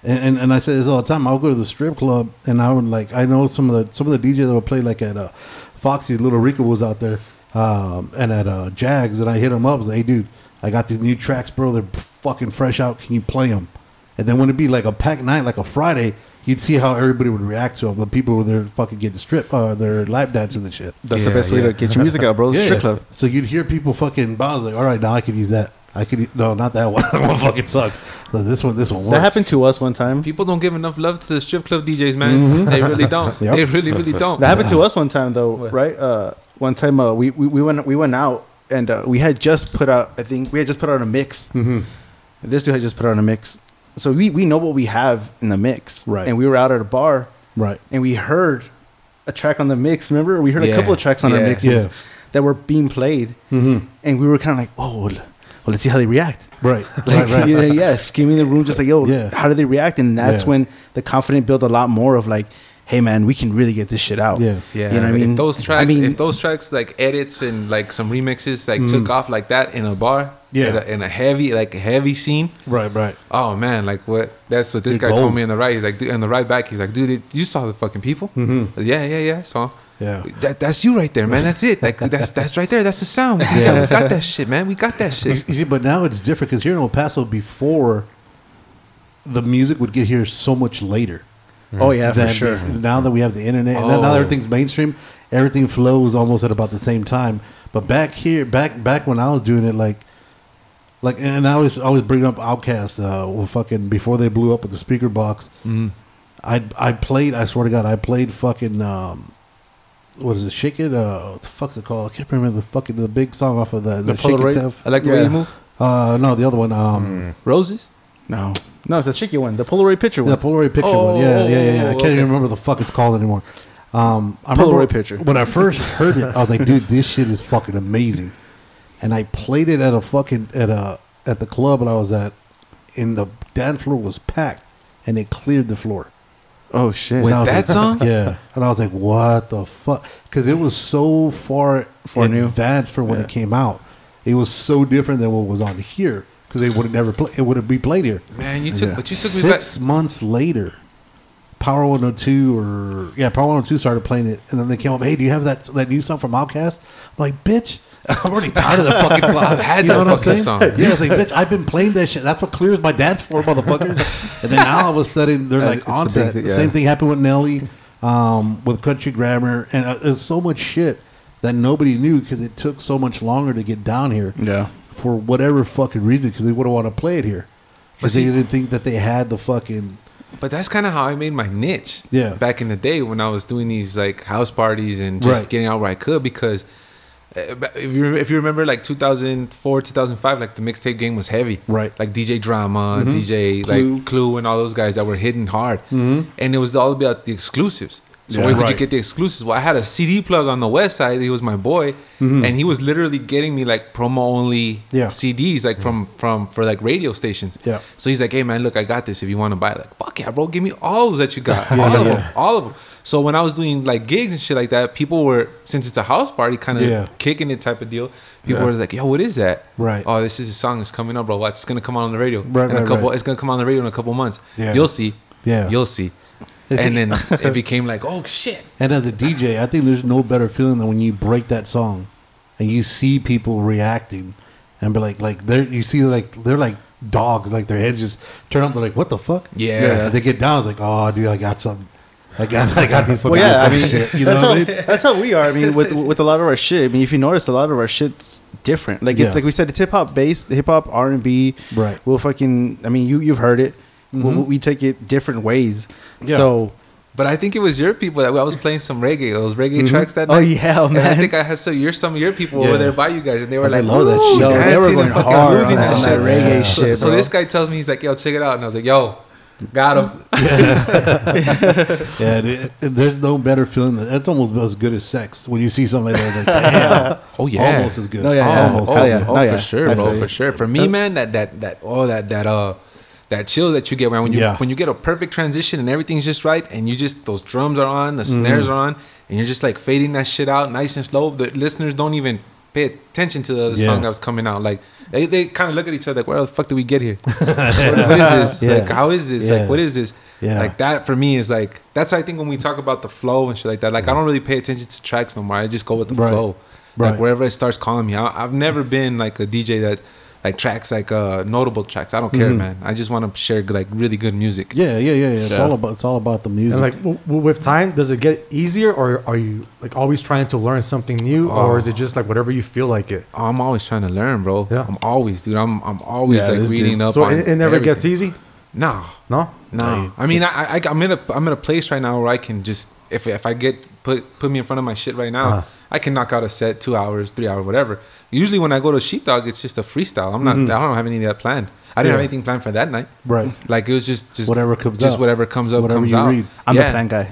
B: and, and, and I say this all the time. I would go to the strip club, and I would like I know some of the some of the DJs that would play like at uh, Foxy's Little Rico was out there, um, and at uh, Jags, and I hit him up. I was like, hey, dude, I got these new tracks, bro. They're fucking fresh out. Can you play them? And then when it'd be like a packed night, like a Friday, you'd see how everybody would react to them. The people were there fucking getting stripped, uh, their lap dancing and shit.
D: that's the
C: Yeah,
D: best way
C: yeah.
D: to get your music out, bro. Strip club.
B: So you'd hear people fucking bounce like, all right, now I could use that. I could u- no, not that one. that one fucking sucks. But this one, this one works.
D: That happened to us one time.
C: People don't give enough love to the strip club DJs, man. They really don't.
B: Yep.
C: They really, really don't.
D: That happened to us one time though,
C: What?
D: right? Uh, one time uh, we, we we went we went out and uh, we had just put out I think we had just put out a mix. Mm-hmm. This dude had just put out a mix, so we we know what we have in the mix,
B: Right.
D: And we were out at a bar
B: right.
D: and we heard a track on the mix. Remember, we heard a
C: Yeah.
D: couple of tracks on our
C: Yeah.
D: mixes
B: Yeah.
D: that were being played, mm-hmm. and we were kind of like, oh, well, well, let's see how they react.
B: Right.
D: Like,
B: right. Right.
D: you know, yeah, skimming the room, just like, yo,
B: Yeah.
D: how do they react? And that's
B: Yeah.
D: when the confidence built a lot more of like, hey, man, we can really get this shit out.
B: Yeah.
C: Yeah,
D: You know what I mean?
C: if those tracks,
D: I mean,
C: if those tracks like edits and like some remixes like took off like that in a bar,
B: Yeah.
C: in a, in a heavy like a heavy scene.
B: Right. Right.
C: Oh man, like what? That's what this
B: Dude,
C: guy
B: gold.
C: told me on the ride. He's like, dude, on the ride back, he's like, dude, it- you saw the fucking people? Mm-hmm. Yeah, yeah, yeah. I saw. 'em.
B: Yeah.
C: that that's you right there, man. That's it. Like that's that's right there. That's the sound. Yeah, we got that shit, man. We got that
B: You,
C: shit.
B: you see, but now it's different because here in El Paso, before the music would get here so much later.
D: oh yeah, for
B: than
D: sure.
B: bef- Now Mm. that we have the internet, and then now
C: Oh.
B: everything's mainstream, everything flows almost at about the same time. But back here, back back when I was doing it, like, like, and I always always bring up Outkast, uh, well, fucking before they blew up with the speaker box.
D: Mm-hmm.
B: I I played. I swear to God, I played fucking. Um, what is it? Shake it. Uh, what the fuck's it called? I can't remember the fucking the big song off of the, the, Shake It
D: Polaroid?
B: Tough.
C: I like the way
D: Yeah.
C: you move. Mm.
B: Uh, no, the other one. Um,
C: Roses.
D: No, no, it's the shaky one, the Polaroid picture one.
B: The Polaroid picture
C: Oh,
B: one. Yeah, yeah, yeah, yeah. I can't
C: okay.
B: even remember the fuck it's called anymore. Um, I
D: Polaroid
B: remember
D: picture.
B: When I first heard it, I was like, dude, this shit is fucking amazing. And I played it at a fucking at a at the club that I was at, and the dance floor was packed, and it cleared the floor.
D: oh shit.
C: With
B: And I was
C: that
B: like-
C: song?
B: yeah. And I was like, "What the fuck?" Because it was so far
D: Far new.
B: advanced for when it came out. It was so different than what was on here because they would never play. It wouldn't be played here.
C: Man, you took but you took me back.
B: Six months later, Power 102 or yeah, Power 102 started playing it, and then they came up. Hey, do you have that that new song from Outkast? I'm like, bitch, I'm already tired of the fucking song. I've
C: had
B: you know
C: that
B: what I'm saying?
C: fucking song.
B: Yeah, it's like, bitch, I've been playing that shit. That's what clears my dance floor, motherfucker. and then now all of a sudden they're
E: Uh,
B: like
E: it's the
B: on
E: big
B: that.
E: thing,
B: The
E: yeah.
B: Same thing happened with Nelly, um, with Country Grammar, and uh, there's so much shit that nobody knew because it took so much longer to get down here.
D: Yeah.
B: for whatever fucking reason, because they wouldn't want to play it here because they
C: see-
B: didn't think that they had the fucking
C: But that's kind of how I made my niche.
B: Yeah.
C: Back in the day when I was doing these like house parties and just
B: Right.
C: getting out where I could because uh, ba- if you if you remember like 2004 2005 like the mixtape game was heavy.
B: Right. Mm-hmm.
C: Like DJ Drama,
B: Clue.
C: DJ
B: Mm-hmm.
C: like Clue and all those guys that were hitting hard. And it was all about the exclusives. So
B: Yeah.
C: where could
B: Right.
C: you get the exclusives? Well, I had a CD plug on the west side. He was my boy, and he was literally getting me like promo only
B: Mm-hmm. Yeah.
C: CDs, like from from for like radio stations.
B: Yeah.
C: So he's like, "Hey man, look, I got this. If you want to buy, it." like, fuck yeah, bro, give me all those that you got, all of
B: yeah.
C: them, all of them." So when I was doing like gigs and shit like that, people were since it's a house party, kind of
B: Yeah.
C: kicking it type of deal. People were like, "Yo, what is that?"
B: Right.
C: Oh, this is a song that's coming up, bro. It's gonna come out on the radio.
B: Right,
C: In a
B: right,
C: couple,
B: right.
C: It's gonna come out on the radio in a couple months.
B: Yeah.
C: You'll see.
B: Yeah.
C: You'll see. And then it became like, "Oh shit."
B: And as a DJ, I think there's no better feeling than when you break that song and you see people reacting and be like, like they're you see like they're like dogs, like their heads just turn up. They're like, what the fuck?
C: Yeah.
B: And they get down. It's like, oh, dude, I got something. I got, I got these fucking
D: Well, yeah, I mean,
B: shit. You know
D: that's,
B: what I
D: how,
B: mean?
D: that's how we are. I mean, with with a lot of our shit. I mean, if you notice, a lot of our shit's different. Like
B: Yeah.
D: it's like we said, it's hip hop based, hip hop R and B.
B: Right. Mm-hmm.
D: We'll fucking. I mean, you you've heard it. We, we take it different ways.
B: Yeah.
D: So
C: But I think it was your people that I was playing some reggae. It was reggae tracks that
D: Oh,
C: night.
D: yeah, oh,
C: And I
D: man.
C: think I had so you're some of your people
B: Yeah.
C: over there by you guys, and they were
B: They
C: like,
B: love that
C: "Ooh,
B: shit.
D: yo, they were
C: dancing
D: going
C: and fucking
D: hard on
C: losing
D: that,
C: that,
D: on that
C: shit."
D: reggae
B: Yeah.
D: shit.
C: so
D: bro.
C: this guy tells me he's like, "Yo, check it out," and I was like, "Yo, got him."
B: Yeah, dude, there's no better feeling. Than, that's almost as good as sex when you see something like that. It's like, damn,
C: Oh yeah,
B: almost as good.
D: No, yeah, yeah.
B: almost.
C: Oh,
D: Oh, yeah.
C: oh,
D: No,
C: for
D: yeah. I
C: sure,
D: feel
C: bro,
D: you. Uh,
C: for sure. For me, man, that that that oh that that uh that chill that you get man, when you
B: Yeah.
C: when you get a perfect transition and everything's just right, and you just those drums are on, the snares
D: Mm-hmm.
C: are on, and you're just like fading that shit out nice and slow. The listeners don't even pay attention to the other
B: Yeah.
C: song that was coming out. Like they, they kind of look at each other like, where the fuck did we get here? what, what is this?
B: Yeah.
C: Like how is this?
B: Yeah.
C: Like what is this?
B: Yeah.
C: Like that for me is like that's I think when we talk about the flow and shit like that. Like I don't really pay attention to tracks no more. I just go with the
B: Right.
C: flow.
B: Right.
C: Like wherever it starts calling me out, I've never been like a DJ that like tracks like uh notable tracks. I don't care, man. I just want to share like really good music.
B: Yeah, yeah, yeah, yeah. It's all about it's all about the
A: And
B: music.
A: like w- w- with time, does it get easier, or are you like always trying to learn something new, or is it just like whatever you feel like it?
C: I'm always trying to learn, bro.
A: Yeah.
C: I'm always, dude. I'm I'm always
B: Yeah, this
C: like reading
B: dude-
C: up.
A: So
C: on
A: it, it never
C: everything.
A: gets e- easy.
C: Nah,
A: No.
C: No, I mean, I, I, I'm in a, I'm in a place right now where I can just, if, if I get put, put me in front of my shit right now,
A: Uh-huh.
C: I can knock out a set, two hours, three hours, whatever. Usually when I go to Sheepdog, it's just a freestyle. I'm not, I don't have any of that planned. I didn't
B: Yeah.
C: have anything planned for that night.
B: right.
C: Like it was just, just
B: Whatever comes
C: just
B: up.
C: whatever comes up,
B: Whatever
C: comes
B: you
C: out.
B: read.
D: I'm
C: Yeah.
D: the plan guy.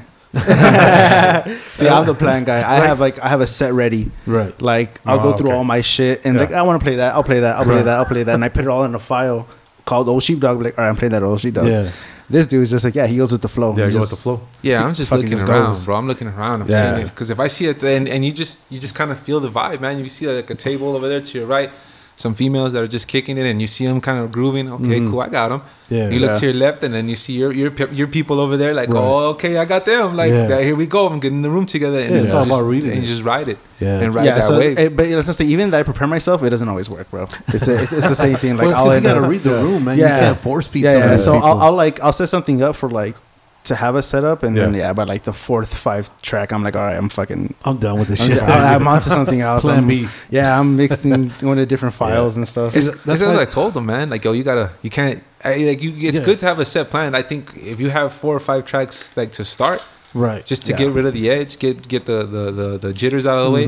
D: See, I'm the plan guy. I have like I have a set ready.
B: Right.
D: Like I'll
A: Oh,
D: go through
A: okay.
D: all my shit and
A: Yeah.
D: like I want to play that. I'll play that. I'll play that. I'll play that. And I put it all in a file called Old Sheepdog. Be like, all right, I'm playing that Old Sheepdog.
B: Yeah.
D: This dude is just like, yeah, he goes with the flow.
A: Yeah,
D: He
A: you go with
D: just-
A: the flow.
C: Yeah,
D: See,
C: I'm just
D: fucking
C: looking
D: just
C: around,
D: goes.
C: bro. I'm looking around. I'm
B: Yeah.
C: seeing it because if I see it, and, and you just you just kind of feel the vibe, man. You see like a table over there to your right, some females that are just kicking it, and you see them kind of grooving. Okay, cool, I got them.
B: Mm-hmm. Yeah.
C: You look
D: Yeah.
C: to your left, and then you see your your pe- your people over there, like,
B: Right.
C: oh, okay, I got them. Like,
B: Yeah.
C: "Yeah, here we go. I'm getting the room together, and
B: Yeah,
C: you
B: it's all
C: just-
B: about reading
C: and
B: it.
C: you just ride it,
B: Yeah,
C: and
B: it's-
C: ride
D: yeah,
C: that
D: so
C: wave.
D: it- but let's just say, even that I prepare myself, it doesn't always work, bro. It's a, it's, it's the same thing. Like
B: well, it's
D: I'll
B: 'cause you
D: end
B: gotta
D: up-
B: read the room, man.
D: Yeah.
B: You can't force feed
D: yeah,
B: some of
D: yeah.
B: these
D: So
B: people.
D: I'll, I'll like I'll set something up for like to have a setup, and then
A: Yeah.
D: yeah, by like the fourth, fifth track, I'm like, all right, I'm fucking.
B: I'm done with this
D: I'm,
B: shit.
D: I'm onto something else.
B: Plan
D: I'm-
B: B.
D: Yeah, I'm mixing going to different files and stuff.
C: It's-
B: That's
C: That's,
B: why-
C: what I told them, man. Like, yo, you gotta, you can't, I, like, you. It's
B: Yeah.
C: good to have a set plan. I think if you have four or five tracks, like, to start,
B: right.
C: just to
D: Yeah.
C: get rid of the edge, get get the the, the, the jitters out of the way,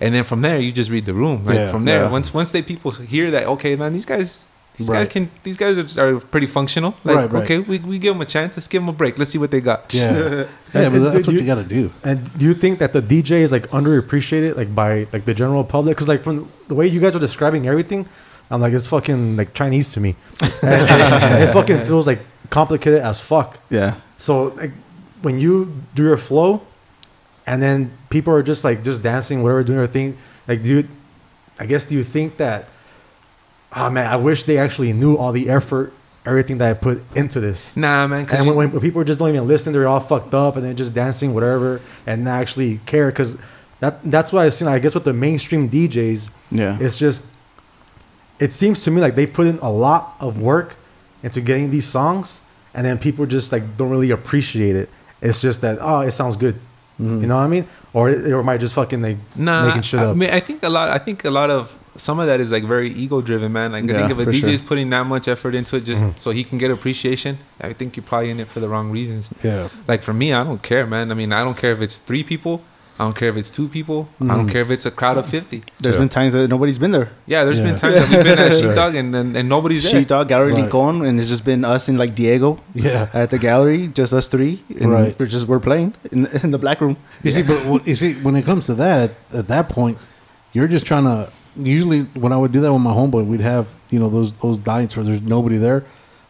C: and then from there you just read the room. Like
B: Mm-hmm. Yeah,
C: from there,
D: yeah.
C: once once they people hear that, okay, man, these guys. These
B: Right.
C: guys can. These guys are, are pretty functional. Like,
B: Right, right.
C: okay, we, we give them a chance. Let's give them a break. Let's see what they got.
B: Yeah, yeah but that's what you got to do.
A: And do you think that the DJ is like underappreciated, like by like the general public? Because like from the way you guys are describing everything, I'm like it's fucking like Chinese to me. And- and it fucking feels like complicated as fuck.
D: yeah,
A: So like when you do your flow, and then people are just like just dancing, whatever, doing their thing. Like, do you, I guess, do you think that? Oh man, I wish they actually knew all the effort, everything that I put into this.
C: Nah, man. 'cause
A: And
C: you-
A: when, when people just don't even listen, they're all fucked up and then just dancing, whatever, and not actually care. Because That that's what I've seen. I guess with the mainstream DJs,
D: Yeah.
A: it's just it seems to me like they put in a lot of work into getting these songs, and then people just like don't really appreciate it. It's just that oh, it sounds good. You know what I mean? Or it, or it might just fucking like
C: Nah,
A: making shit
C: I
A: up.
C: mean, I think a lot. I think a lot of some of that is like very ego driven, man. Like I
D: Yeah,
C: think if a
D: for
C: DJ is
D: sure.
C: putting that much effort into it just so he can get appreciation, I think you're probably in it for the wrong reasons.
B: Yeah.
C: Like for me, I don't care, man. I mean, I don't care if it's three people. I don't care if it's two people. I don't care if it's a crowd of fifty.
D: There's
C: yeah.
D: been times that nobody's been there.
C: yeah, there's
B: Yeah.
C: been times that we've been at Sheepdog and, and, and nobody's there.
D: Sheepdog Gallery
B: Right.
D: Lincoln, and it's just been us and like Diego
B: Yeah.
D: at the gallery, just us three, and
B: Right.
D: we're just we're playing in, in the black room.
B: You see, but wh- you see, when it comes to that, at, at that point, you're just trying to. Usually, when I would do that with my homeboy, we'd have you know those those nights where there's nobody there.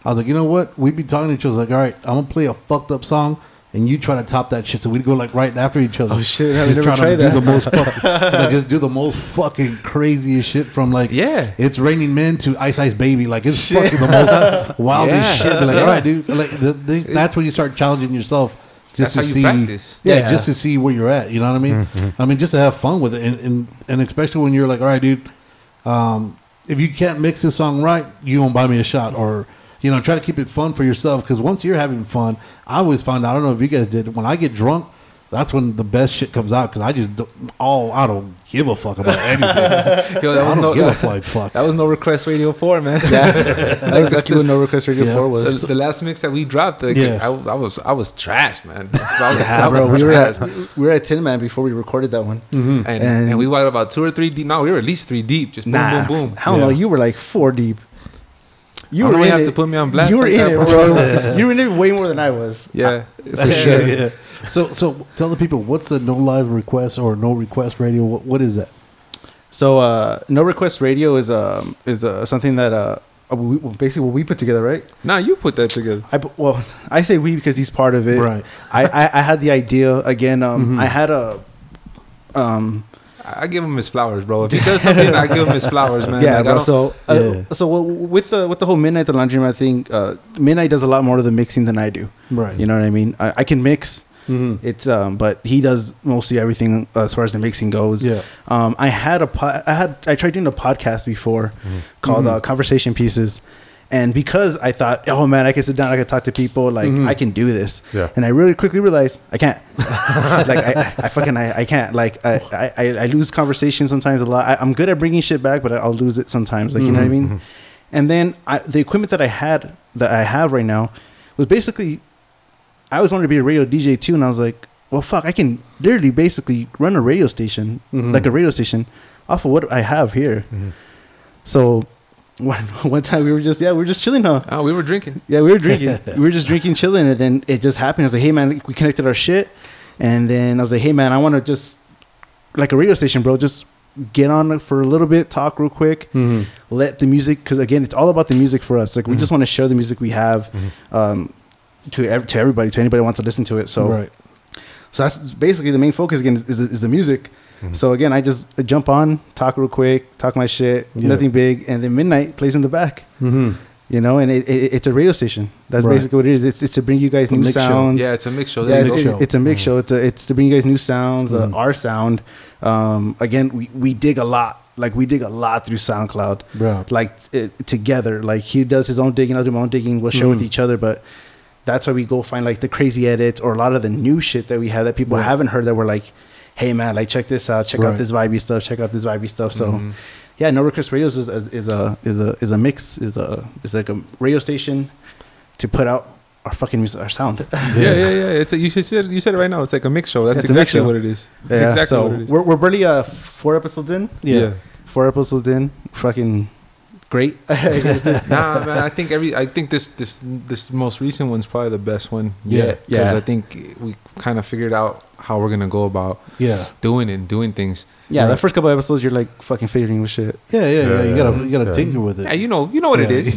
B: I was like, you know what? We'd be talking to each other like, all right, I'm gonna play a fucked up song, and you try to top that shit. So we'd go like right after each other.
D: Oh, shit, I would
B: Just trying
D: never try
B: to do
D: that.
B: the most fucking, like, just do the most fucking craziest shit from like
C: Yeah.
B: it's raining men to Ice Ice Baby. Like it's fucking the most wildest
C: Yeah.
B: shit. They're like,
C: Yeah.
B: all right, dude. Like the, the, that's when you start challenging yourself. Just
C: That's
B: to
C: how you
B: see,
C: practice.
B: yeah,
D: Yeah.
B: just to see where you're at. You know what I mean? I mean, just to have fun with it, and, and and especially when you're like, all right, dude, um, if you can't mix this song right, you won't buy me a shot, or you know, try to keep it fun for yourself. Because once you're having fun, I always find I don't know if you guys did. When I get drunk, that's when the best shit comes out. Because I just don't, all I don't give a fuck about anything.
C: Yo,
B: I
C: that was
B: don't
C: no,
B: give a
C: that,
B: flying fuck.
C: that was no request radio four, man.
D: Yeah, that was exactly what
C: this-
D: No Request Radio
B: Yeah.
D: Four
C: The,
D: was.
C: the last mix that we dropped, like,
B: Yeah.
C: I, I was I was trashed, man. I was,
D: Yeah,
C: I was
D: bro, we were
C: trashed.
D: at we were at Tin Man before we recorded that one.
B: Mm-hmm.
C: and,
D: And-
C: and, we went about two or three deep. No, we were at least three deep. Just boom,
D: Nah,
C: boom, boom.
D: I don't know.
B: Yeah.
D: You were like four deep. You
C: I don't know why
D: in
C: you have
D: it.
C: to put me on blast
D: You were
C: like
D: in
C: that,
D: it, bro. you were in it way more than I was.
C: Yeah,
B: For
C: for
B: sure.
C: sure.
B: So, so tell the people what's the no live request or no request radio? What, what is that?
D: So uh, no request radio is um is uh, something that uh we, well, basically what we put together, right?
C: Nah, you put that together.
D: I bu- well I say we because he's part of it.
B: Right. Mm-hmm.
D: I I, I had the idea again. Um, I had a um
C: I I give him his flowers, bro. If he does something, I give him his flowers, man.
D: yeah.
C: Like, I
D: bro,
C: don't-
D: so uh,
B: Yeah.
D: so w- w- with the with the whole midnight the laundromat thing, uh, midnight does a lot more of the mixing than I do.
B: Right.
D: You know what I mean? I, I can mix.
B: Mm. Mm-hmm.
D: It's um, but he does mostly everything as far as the mixing goes.
B: Yeah.
D: Um, I had a po- I had I tried doing a podcast before called Uh, Conversation Pieces, and because I thought, oh man, I can sit down, I can talk to people, like I can do this.
A: Yeah.
D: And I really quickly realized I can't. like I, I fucking I, I can't. Like I, I- I I lose conversation sometimes a lot. I, I'm good at bringing shit back, but I'll lose it sometimes. Like you know what I mean. And then I, the equipment that I had that I have right now was basically I always wanted to be a radio DJ too, and I was like, well, fuck, I can literally basically run a radio station, like a radio station, off of what I have here. So one, one time we were just, yeah, we were just chilling, huh?
C: Ah, we were drinking.
D: Yeah, we were drinking. we were just drinking, chilling, and then it just happened. I was like, hey, man, we connected our shit. And then I was like, hey, man, I want to just, like a radio station, bro, just get on for a little bit, talk real quick, let the music, because again, it's all about the music for us. Like, we just
B: Mm-hmm.
D: want to share the music we have. Um, to, ev- to everybody, to anybody who wants to listen to it. So,
B: right.
D: so that's basically the main focus again is, is, is the music.
B: Mm-hmm.
D: So again, I just jump on, talk real quick, talk my shit,
B: Yeah.
D: nothing big, and then midnight plays in the back.
B: Mm-hmm.
D: You know, and it, it, it's a radio station. That's
B: Right.
D: basically what it is. It's, it's to bring you guys
B: a
D: new
B: mix show.
D: sounds.
C: Yeah, it's a mix show.
D: Yeah,
C: There you
D: it-
C: go.
B: mix
D: it-
B: show.
D: it's a mix show. It's, a, it's to bring you guys new sounds, uh, our sound. Um, again, we, we dig a lot. Like we dig a lot through SoundCloud.
B: Right.
D: Like it, together. Like he does his own digging, I'll do my own digging. We'll share with each other, but that's why we go find like the crazy edits or a lot of the new shit that we have that people haven't heard that we're like, hey man, like check this out, check
B: Right.
D: out this vibey stuff, check out this vibey stuff. So yeah, No Request Radios is, is, is a is a is a mix, is a is like a radio station to put out our fucking music, our sound.
C: Yeah, yeah, yeah. It's a, you should said you said it right now. It's like a mix show. That's
D: It's a mix
C: exactly
D: show.
C: what it is. That's
D: yeah,
C: exactly
D: so
C: what it is.
D: We're, we're barely uh, four episodes in.
C: yeah.
D: Four episodes in. Fucking great.
C: nah, man. I think every. I think this this this most recent one's probably the best one.
B: Yeah.
C: yet, 'cause
D: Yeah.
C: I think we kind of figured out how we're gonna go about
B: Yeah.
C: doing it and doing things.
D: yeah, the
B: Right.
D: first couple episodes, you're like fucking figuring with shit.
B: Yeah, yeah, yeah.
A: Yeah,
B: You
A: yeah.
B: gotta, you gotta
A: Yeah.
B: tinker with it.
C: Yeah, you know, you know what it
B: Yeah.
C: is.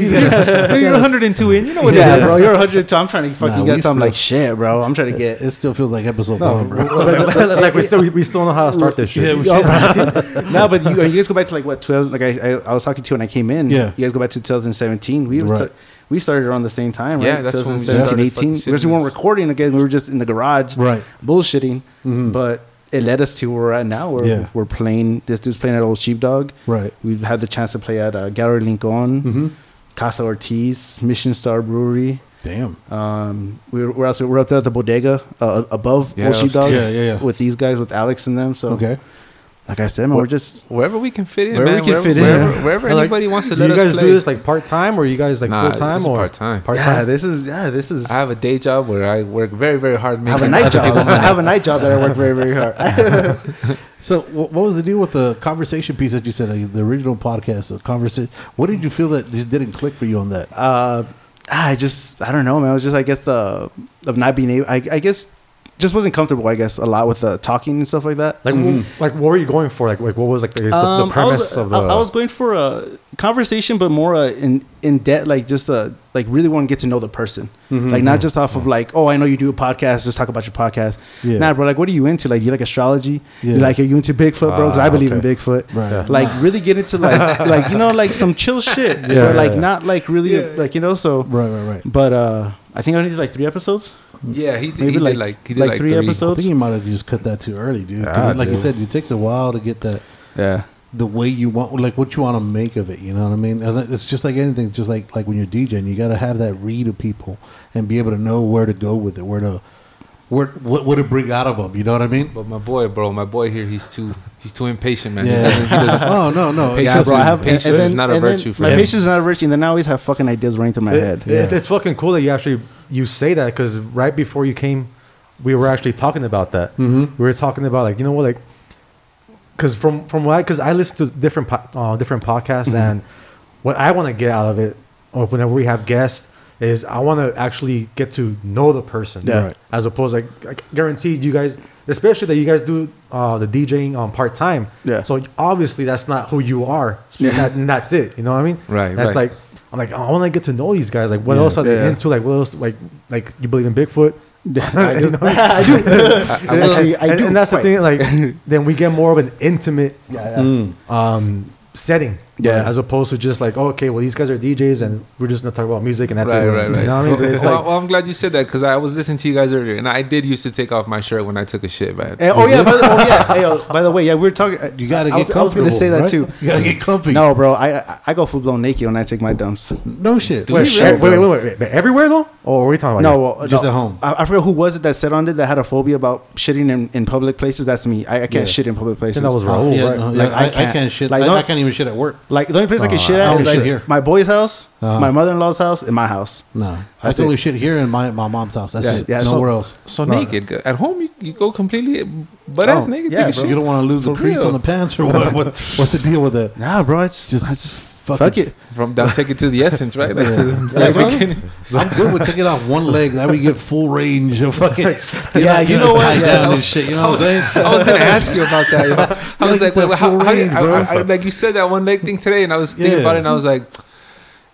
C: You're, you're 102 in. You know what
D: yeah,
C: it is.
D: bro, you're 100. I'm trying to fucking
B: Nah, we
D: get. I'm
B: still-
D: like shit, bro. I'm trying to get.
B: it still feels like episode
A: No,
B: one, bro.
A: like, like we still we, we still know how to start this shit.
D: no, but you, you guys go back to like what 12? Like I, I, I was talking to you when I came in.
B: Yeah.
D: you guys go back to 2017. We
B: Right.
D: were we started around the same time, right?
C: Yeah, that's when we
D: 2017,
C: started
D: 18.
C: fucking
D: Because we weren't recording again. We were just in the garage,
B: Right.
D: Mm-hmm. bullshitting. But it led us to where we're at now. Where
B: Yeah.
D: we're playing. This dude's playing at Old Sheepdog.
B: Right.
D: We had the chance to play at uh, Gallery Lincoln, Casa Ortiz, Mission Star Brewery.
B: Damn.
A: Uh-huh.
D: Um, we were, we're, also, we're up there at the bodega uh, above
C: Yeah,
D: Old Sheepdog
B: upstairs. Yeah, yeah, yeah.
D: with these guys, with Alex and them. So,
B: Okay.
D: like I said, man, we're just
C: Wherever we can fit in,
D: Wherever
C: man,
D: we can fit in.
C: wherever, wherever
A: Like,
C: anybody wants to
A: do
C: let
A: you
C: us
A: guys
C: play.
A: do this like part time, or you guys like
C: Nah,
A: full time,
C: it's
A: or
C: part-time.
A: Part
D: yeah.
A: time.
D: This is yeah. This is
C: I have a day job where I work very, very hard.
D: I have a
C: making
D: night
C: other
D: job.
C: people
D: I
C: money.
D: have a night job that I work very, very hard.
B: So, wh- what was the deal with the conversation piece that you said, uh, the original podcast, the conversation? What did you feel that just didn't click for you on that?
D: uh, I just I don't know, man. It was just I guess the of not being able. I, I guess just wasn't comfortable. I guess a lot with the talking and stuff like that.
A: Like, wh- like, what were you going for? Like, like what was like the, the
D: Um, I
A: premise
D: was,
A: of the?
D: I, I was going for a conversation, but more uh, in in depth, like just uh, like really want to get to know the person,
A: Mm-hmm,
D: like not just off of like, oh, I know you do a podcast, just talk about your podcast.
B: Yeah.
D: Nah, bro, like, what are you into? Like, do you like astrology?
B: Yeah.
D: You like, are you into Bigfoot, bro? Because
A: Ah,
D: I believe
A: okay.
D: in Bigfoot.
B: Right. Yeah.
D: Like, really get into like like you know like some chill shit,
A: Yeah,
D: but
A: yeah,
D: like
A: yeah.
D: not like really like you know so.
B: Right, right, right.
D: But uh, I think I only did like three episodes.
C: Yeah, he,
D: Maybe
C: he
D: like-
C: did like he did
D: like
C: like,
D: three episodes.
B: I think you might have just cut that too early, dude. 'Cause
A: Yeah,
B: like you
A: dude.
B: said, it takes a while to get that
D: Yeah.
B: the way you want, like what you want to make of it. You know what I mean? And It's just like anything. It's just like like when you're DJing, you got to have that read of people and be able to know where to go with it, where to where what what to bring out of them. You know what I mean?
C: But my boy, bro, my boy here, he's too he's too impatient, man. He
B: Yeah.
C: doesn't- he doesn't-
B: oh no, no.
C: Patience
B: Yeah,
C: is-
B: bro, I have-
C: patience
D: and
C: is
D: then-
C: not a
D: and then
C: virtue for
D: My
C: him.
D: patience is not a virtue, and then I always have fucking ideas running through my head.
A: It- it- it's fucking cool that you actually you say that because right before you came, we were actually talking about that.
D: Mm-hmm.
A: We were talking about like you know what like because from from what I because I listen to different po- uh, different podcasts
D: Mm-hmm.
A: and what I want to get out of it or whenever we have guests is I want to actually get to know the person
D: Yeah. Right.
A: as opposed like I guaranteed you guys especially that you guys do uh, the DJing on part time
D: Yeah.
A: so obviously that's not who you are That- and that's it you know what I mean
C: Right,
A: that's
C: right.
A: like I'm like "Oh, I want to get to know these guys like what else are they
D: yeah.
A: into like what else like like you believe in Bigfoot
D: I do. I do.
C: I will-
D: Actually, I
A: and,
D: do.
A: and that's the
D: quite.
A: thing. Like, then we get more of an intimate um, setting,
D: Yeah.
A: as opposed to just like, oh, okay, well, these guys are DJs, and we're just gonna talk about music, and that's
C: right,
A: it.
C: right, right.
A: You know what I mean? But it's
C: well,
A: like,
C: well, I'm glad you said that because I was listening to you guys earlier, and I did used to take off my shirt when I took a shit, man.
D: Eh, oh yeah. By the, oh yeah. Hey, oh, by the way, yeah, we were talking. uh,
B: You got to get
D: I was, I was
B: comfortable.
D: gonna say that
B: right?
D: too.
B: You got to get comfy.
D: No, bro. I I, I go full blown naked when I take my dumps.
B: no shit.
C: Wait,
A: wait,
C: shit,
A: wait, wait, wait, wait, wait, everywhere though? Or are we talking about?
D: No,
A: here?
D: well,
B: Just
D: no,
B: at home.
D: I, I forget who was it that said on it that had a phobia about shitting in, in public places. That's me. I, I can't
B: Yeah.
D: shit in public places.
A: that was Raoul,
B: yeah,
A: right?
B: no, yeah,
D: Like,
B: I,
D: I
B: I can't,
D: can't-
B: shit.
D: like,
B: I,
D: don't-
B: I can't even shit at work.
D: Like the only place I can shit
B: I
D: at
B: only
D: is like
B: shit here.
D: my boy's house,
B: Uh-huh.
D: my mother in law's house, and my house.
B: No, I
D: That's
B: still only
D: it.
B: shit here in my, my mom's house. That's
D: Yeah,
B: it.
D: yeah,
B: Nowhere else.
C: So naked at home, you, you go completely butt ass
D: Oh,
C: naked.
D: yeah,
C: take a
D: bro.
C: shit.
B: You don't want to lose the
C: For
B: crease
C: real.
B: on the pants or what? what what's the deal with that?
D: Nah, bro. It's
B: Just
D: just, I just
B: fucking-
D: fuck it.
C: From down, take it to the essence, right? Like to
B: Yeah,
C: the
B: bro.
C: beginning.
B: I'm good with taking off one leg. That we get full range of fucking.
D: Yeah, you know what?
B: Tie
D: Yeah,
B: down
C: I
B: and
C: was-
B: shit. You know what I'm saying?
C: I was gonna ask you about that. you know? I was
B: Gotta get
C: like, wait,
B: that
C: wait, how,
B: full
C: how did,
B: range,
C: I,
B: bro.
C: I, I- like you said that one leg thing today, and I was thinking
B: Yeah.
C: about it, and I was like,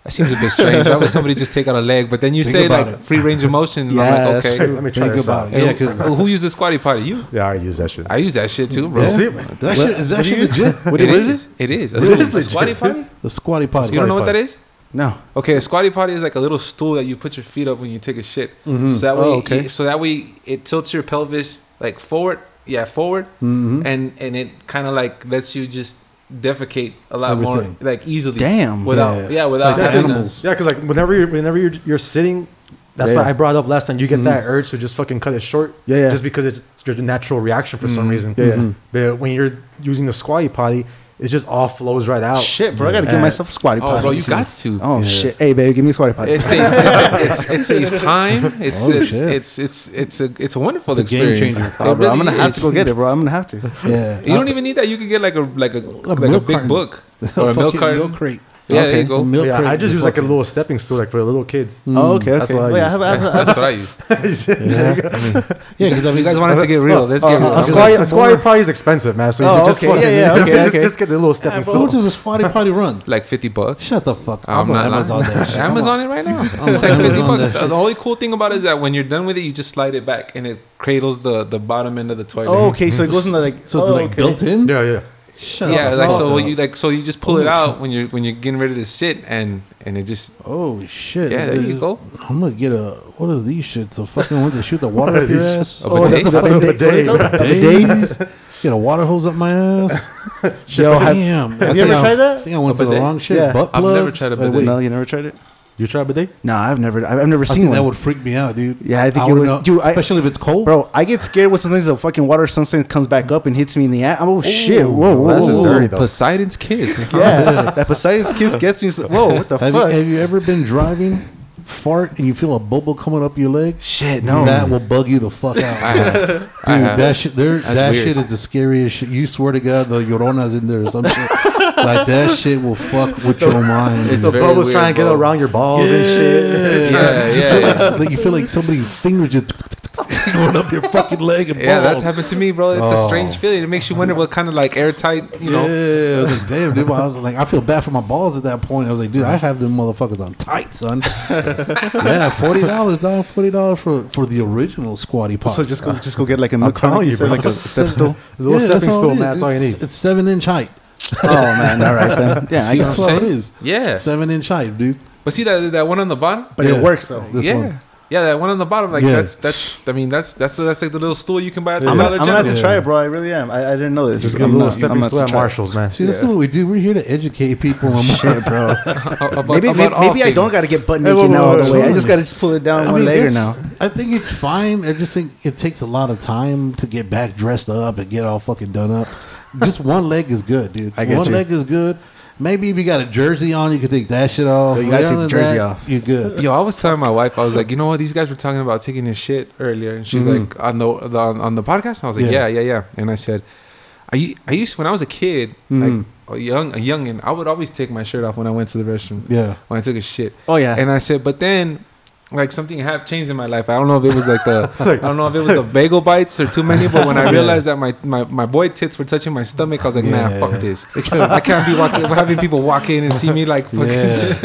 C: that seems a bit strange. Why would somebody just take out a leg? But then you
B: Think
C: say
B: about
C: like
B: it.
C: free range of motion. and
D: Yeah,
C: I'm like,
D: that's
C: okay.
D: true.
A: let me try
B: Think
A: this
B: about
A: out.
B: it. Yeah, because
C: Who uses squatty potty? You.
A: Yeah, I use that shit.
C: I use that shit too, bro.
B: Yeah.
A: See?
B: that shit is that shit legit.
D: What
C: It
D: is
C: is. It
D: it?
C: is. A
B: Really?
C: squatty- a squatty potty?
B: The squatty potty.
C: You don't know what that is?
D: No.
C: Okay, a squatty potty is like a little stool that you put your feet up when you take a shit. So that way,
D: Oh, okay.
C: so that way it tilts your pelvis like forward, yeah, forward, and and it kind of like lets you just defecate a lot
B: Everything.
C: more, like easily.
D: Damn.
C: Without
B: Yeah,
C: yeah,
B: yeah.
D: Uh,
C: without
B: Like the
C: having to-
B: animals.
A: Yeah, because like whenever you're whenever you're you're sitting, that's
D: Yeah. Mm-hmm.
A: what I brought up last time. You get that urge to just fucking cut it short.
D: Yeah, yeah.
A: Just because it's it's your natural reaction for some reason. Mm-hmm.
D: Yeah, yeah. Mhm.
A: But when you're using the squatty potty, it just all flows right out.
D: Shit, bro. I gotta
A: Oh. Yeah.
D: give myself a squatty potty.
C: Oh, bro, you got to.
D: Oh shit! Hey, baby, give me a squatty potty.
C: It saves, it's, it's, it saves time. It's
B: Oh,
C: it's,
B: shit.
C: it's it's it's a it's a wonderful
B: It's a game
C: experience.
B: changer.
C: It
D: Oh, bro, I'm
C: really
D: gonna
C: is.
D: have to go get it, bro. I'm gonna have to.
B: Yeah.
C: You don't even need that. You could get like a like a like a
B: milk
C: big
B: carton.
C: book or
B: Fucking
C: a milk carton.
B: Milk crate.
C: Yeah, there
D: Okay.
C: you go.
B: Milk
A: yeah,
B: crate
A: I
B: is
A: just use like a
B: fucking-
A: little stepping stool, like for the little kids.
D: Oh, okay, okay.
A: what I
D: Wait, I
A: use.
D: have, I
C: That's,
D: have,
C: that's what I use.
B: Yeah,
C: Yeah, because if you guys wanted to get real, let's get
A: A-
C: real.
D: uh,
A: a squatty, a squatty potty is expensive, man. So you
D: Oh,
A: should just
D: okay,
A: fucking-
D: yeah, yeah,
A: you
D: okay,
A: should just,
D: okay.
A: just get the little stepping
B: But
A: stool.
B: what does a squatty potty run?
C: like fifty bucks.
B: Shut the fuck up.
C: I'm,
B: on
C: not lying.
B: Amazon that shit.
C: Amazon it right now.
B: I'm
C: It's like
B: on
C: fifty
B: Amazon
C: bucks.
B: that shit.
C: The only cool thing about it is that when you're done with it, you just slide it back and it cradles the the bottom end of the toilet.
D: Oh, okay, so it goes in the like.
B: Mm-hmm. So it's
D: oh,
B: like
D: okay.
B: built in?
A: yeah, yeah.
B: Shut
C: yeah,
B: the
C: like
B: fuck
C: so
B: up.
C: you like so you just pull it out when you're when you're getting ready to sit and and it just
B: Oh shit!
C: Yeah, there you go.
B: I'm gonna get a what are these shits? A fucking one to shoot the water up your ass.
C: A
B: Oh, that's
C: bidet?
B: the fucking
A: Bidet.
B: bidet. Bidets. Get a water hose up my ass.
D: Yo, have-
B: Damn.
D: have you ever tried that?
B: I think I went
C: A
B: to the
C: bidet?
B: wrong shit.
D: Yeah.
B: Butt
C: I've
B: plugs.
C: never tried a
B: Oh,
C: bidet.
B: wait.
D: No, you never tried it?
A: You try bidet?
D: No, I've never. I've, I've never
B: I
D: seen
B: think
D: one.
B: that would freak me out, dude.
D: Yeah, I think it
B: wouldn't
D: would-
B: know,
D: dude, I-
B: especially if it's cold.
D: Bro, I get scared when sometimes the fucking water something comes back up and hits me in the ass. Oh shit! Whoa, whoa,
A: that's
D: whoa,
A: just
D: whoa.
A: dirty, though.
C: Poseidon's kiss.
D: Yeah, that Poseidon's kiss gets me. So, whoa, what the
B: Have you,
D: fuck?
B: have you ever been driving, fart, and you feel a bubble coming up your leg?
D: shit, no.
B: That will bug you the fuck out.
C: I have. I
B: Dude,
C: have.
B: that shit, there,
C: That's
B: that
C: weird.
B: shit is the scariest shit. You swear to God, the Llorona's in there or some shit. like that shit will fuck with your mind.
C: It's
B: dude.
A: The
C: very
A: bubbles
C: weird,
A: trying to get
C: bro.
A: around your balls and shit.
C: Yeah,
B: you,
C: yeah,
B: feel
C: yeah.
B: Like, s- like you feel like somebody's fingers just going up your fucking leg and
C: Yeah, that's
B: balls.
C: happened to me, bro. It's a strange feeling. It makes you wonder what kind of like airtight, you know.
B: Oh. Yeah, I was like, damn, dude. I was like, I feel bad for my balls at that point. I was like, dude, I have them motherfuckers on tight, son. yeah, forty dollars, dog. Forty dollars for for the original squatty pot.
D: So just go, just go get like a
A: I'm
D: milk
A: telling
D: tonic
A: you,
D: instead,
A: bro.
D: like a step stool.
A: Little
B: Yeah,
A: stepping
B: all
A: stool,
B: it
A: man.
B: is.
A: That's all you
B: It's-
A: need.
B: It's seven inch height.
D: Oh man, all right then. Yeah, I
C: See what
D: guess.
B: That's all it
C: saying?
B: is.
C: Yeah.
B: seven inch height, dude.
C: But see that that one on the bottom.
D: But
B: Yeah.
D: it works though.
B: This
C: yeah.
B: one.
C: Yeah, that one on the bottom, like
B: Yeah.
C: that's that's. I mean, that's that's that's like the little stool you can buy at the
D: I'm, gonna,
C: Dollar
D: I'm gonna have
C: General.
D: to try it, bro. I really am. I, I didn't know this.
A: Just get a
D: I'm
A: little
D: not- I'm
A: stepping
D: gonna
A: stool at
D: try it.
A: Marshalls, man.
B: See, this is what we do. We're here to educate people. on
D: Shit, bro.
C: About-
D: maybe
C: about
D: maybe,
C: all
D: maybe I
C: things.
D: don't gotta get butt
A: Hey,
D: naked
A: whoa,
D: now
A: whoa,
D: all the
A: whoa,
D: way. I
B: whoa.
D: just gotta just pull it
A: Oh,
D: down one layer
B: it's-
D: now.
B: I think it's fine. I just think it takes a lot of time to get back dressed up and get all fucking done up. Just one leg is good, dude.
D: I get
B: one
D: you.
B: leg is good. Maybe if you got a jersey on, you can take that shit off.
D: You gotta
B: Other
D: take the
B: than
D: jersey
B: that,
D: off.
B: You're good.
C: Yo, I was telling my wife, I was like, you know what? These guys were talking about taking a shit earlier, and she's
D: Mm-hmm.
C: like, on the, the on, on the podcast, and I was like,
B: Yeah.
C: yeah, yeah, yeah. And I said, I, u- I used when I was a kid,
B: Mhm.
D: Mm-hmm.
C: like a young a youngin, I would always take my shirt off when I went to the restroom
B: Yeah.
C: when I took a shit.
D: Oh yeah.
C: And I said, but then. Like something have changed in my life. I don't know if it was like the
A: Like-
C: I don't know if it was the bagel bites or too many, but when I realized that my, my, my boy tits were touching my stomach, I was like, nah,
B: Yeah.
C: fuck this. I can't be walking having people walk in and see me like fucking
B: Yeah.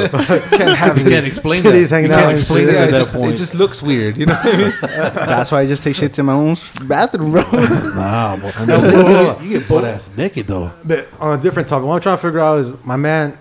C: can't have
B: You can't
C: this.
B: explain
A: Titties
B: that.
A: hanging
B: you
A: out
B: can't
A: and
B: explain
A: shit.
B: it
C: Yeah,
B: at
C: it,
B: that
C: just, it
B: point.
C: just looks weird, you know. What I mean?
D: That's why I just take shit to my own bathroom, bro.
B: nah, bro. I mean, you, get, you get butt ass naked though.
A: But on a different topic, what I'm trying to figure out is, my man,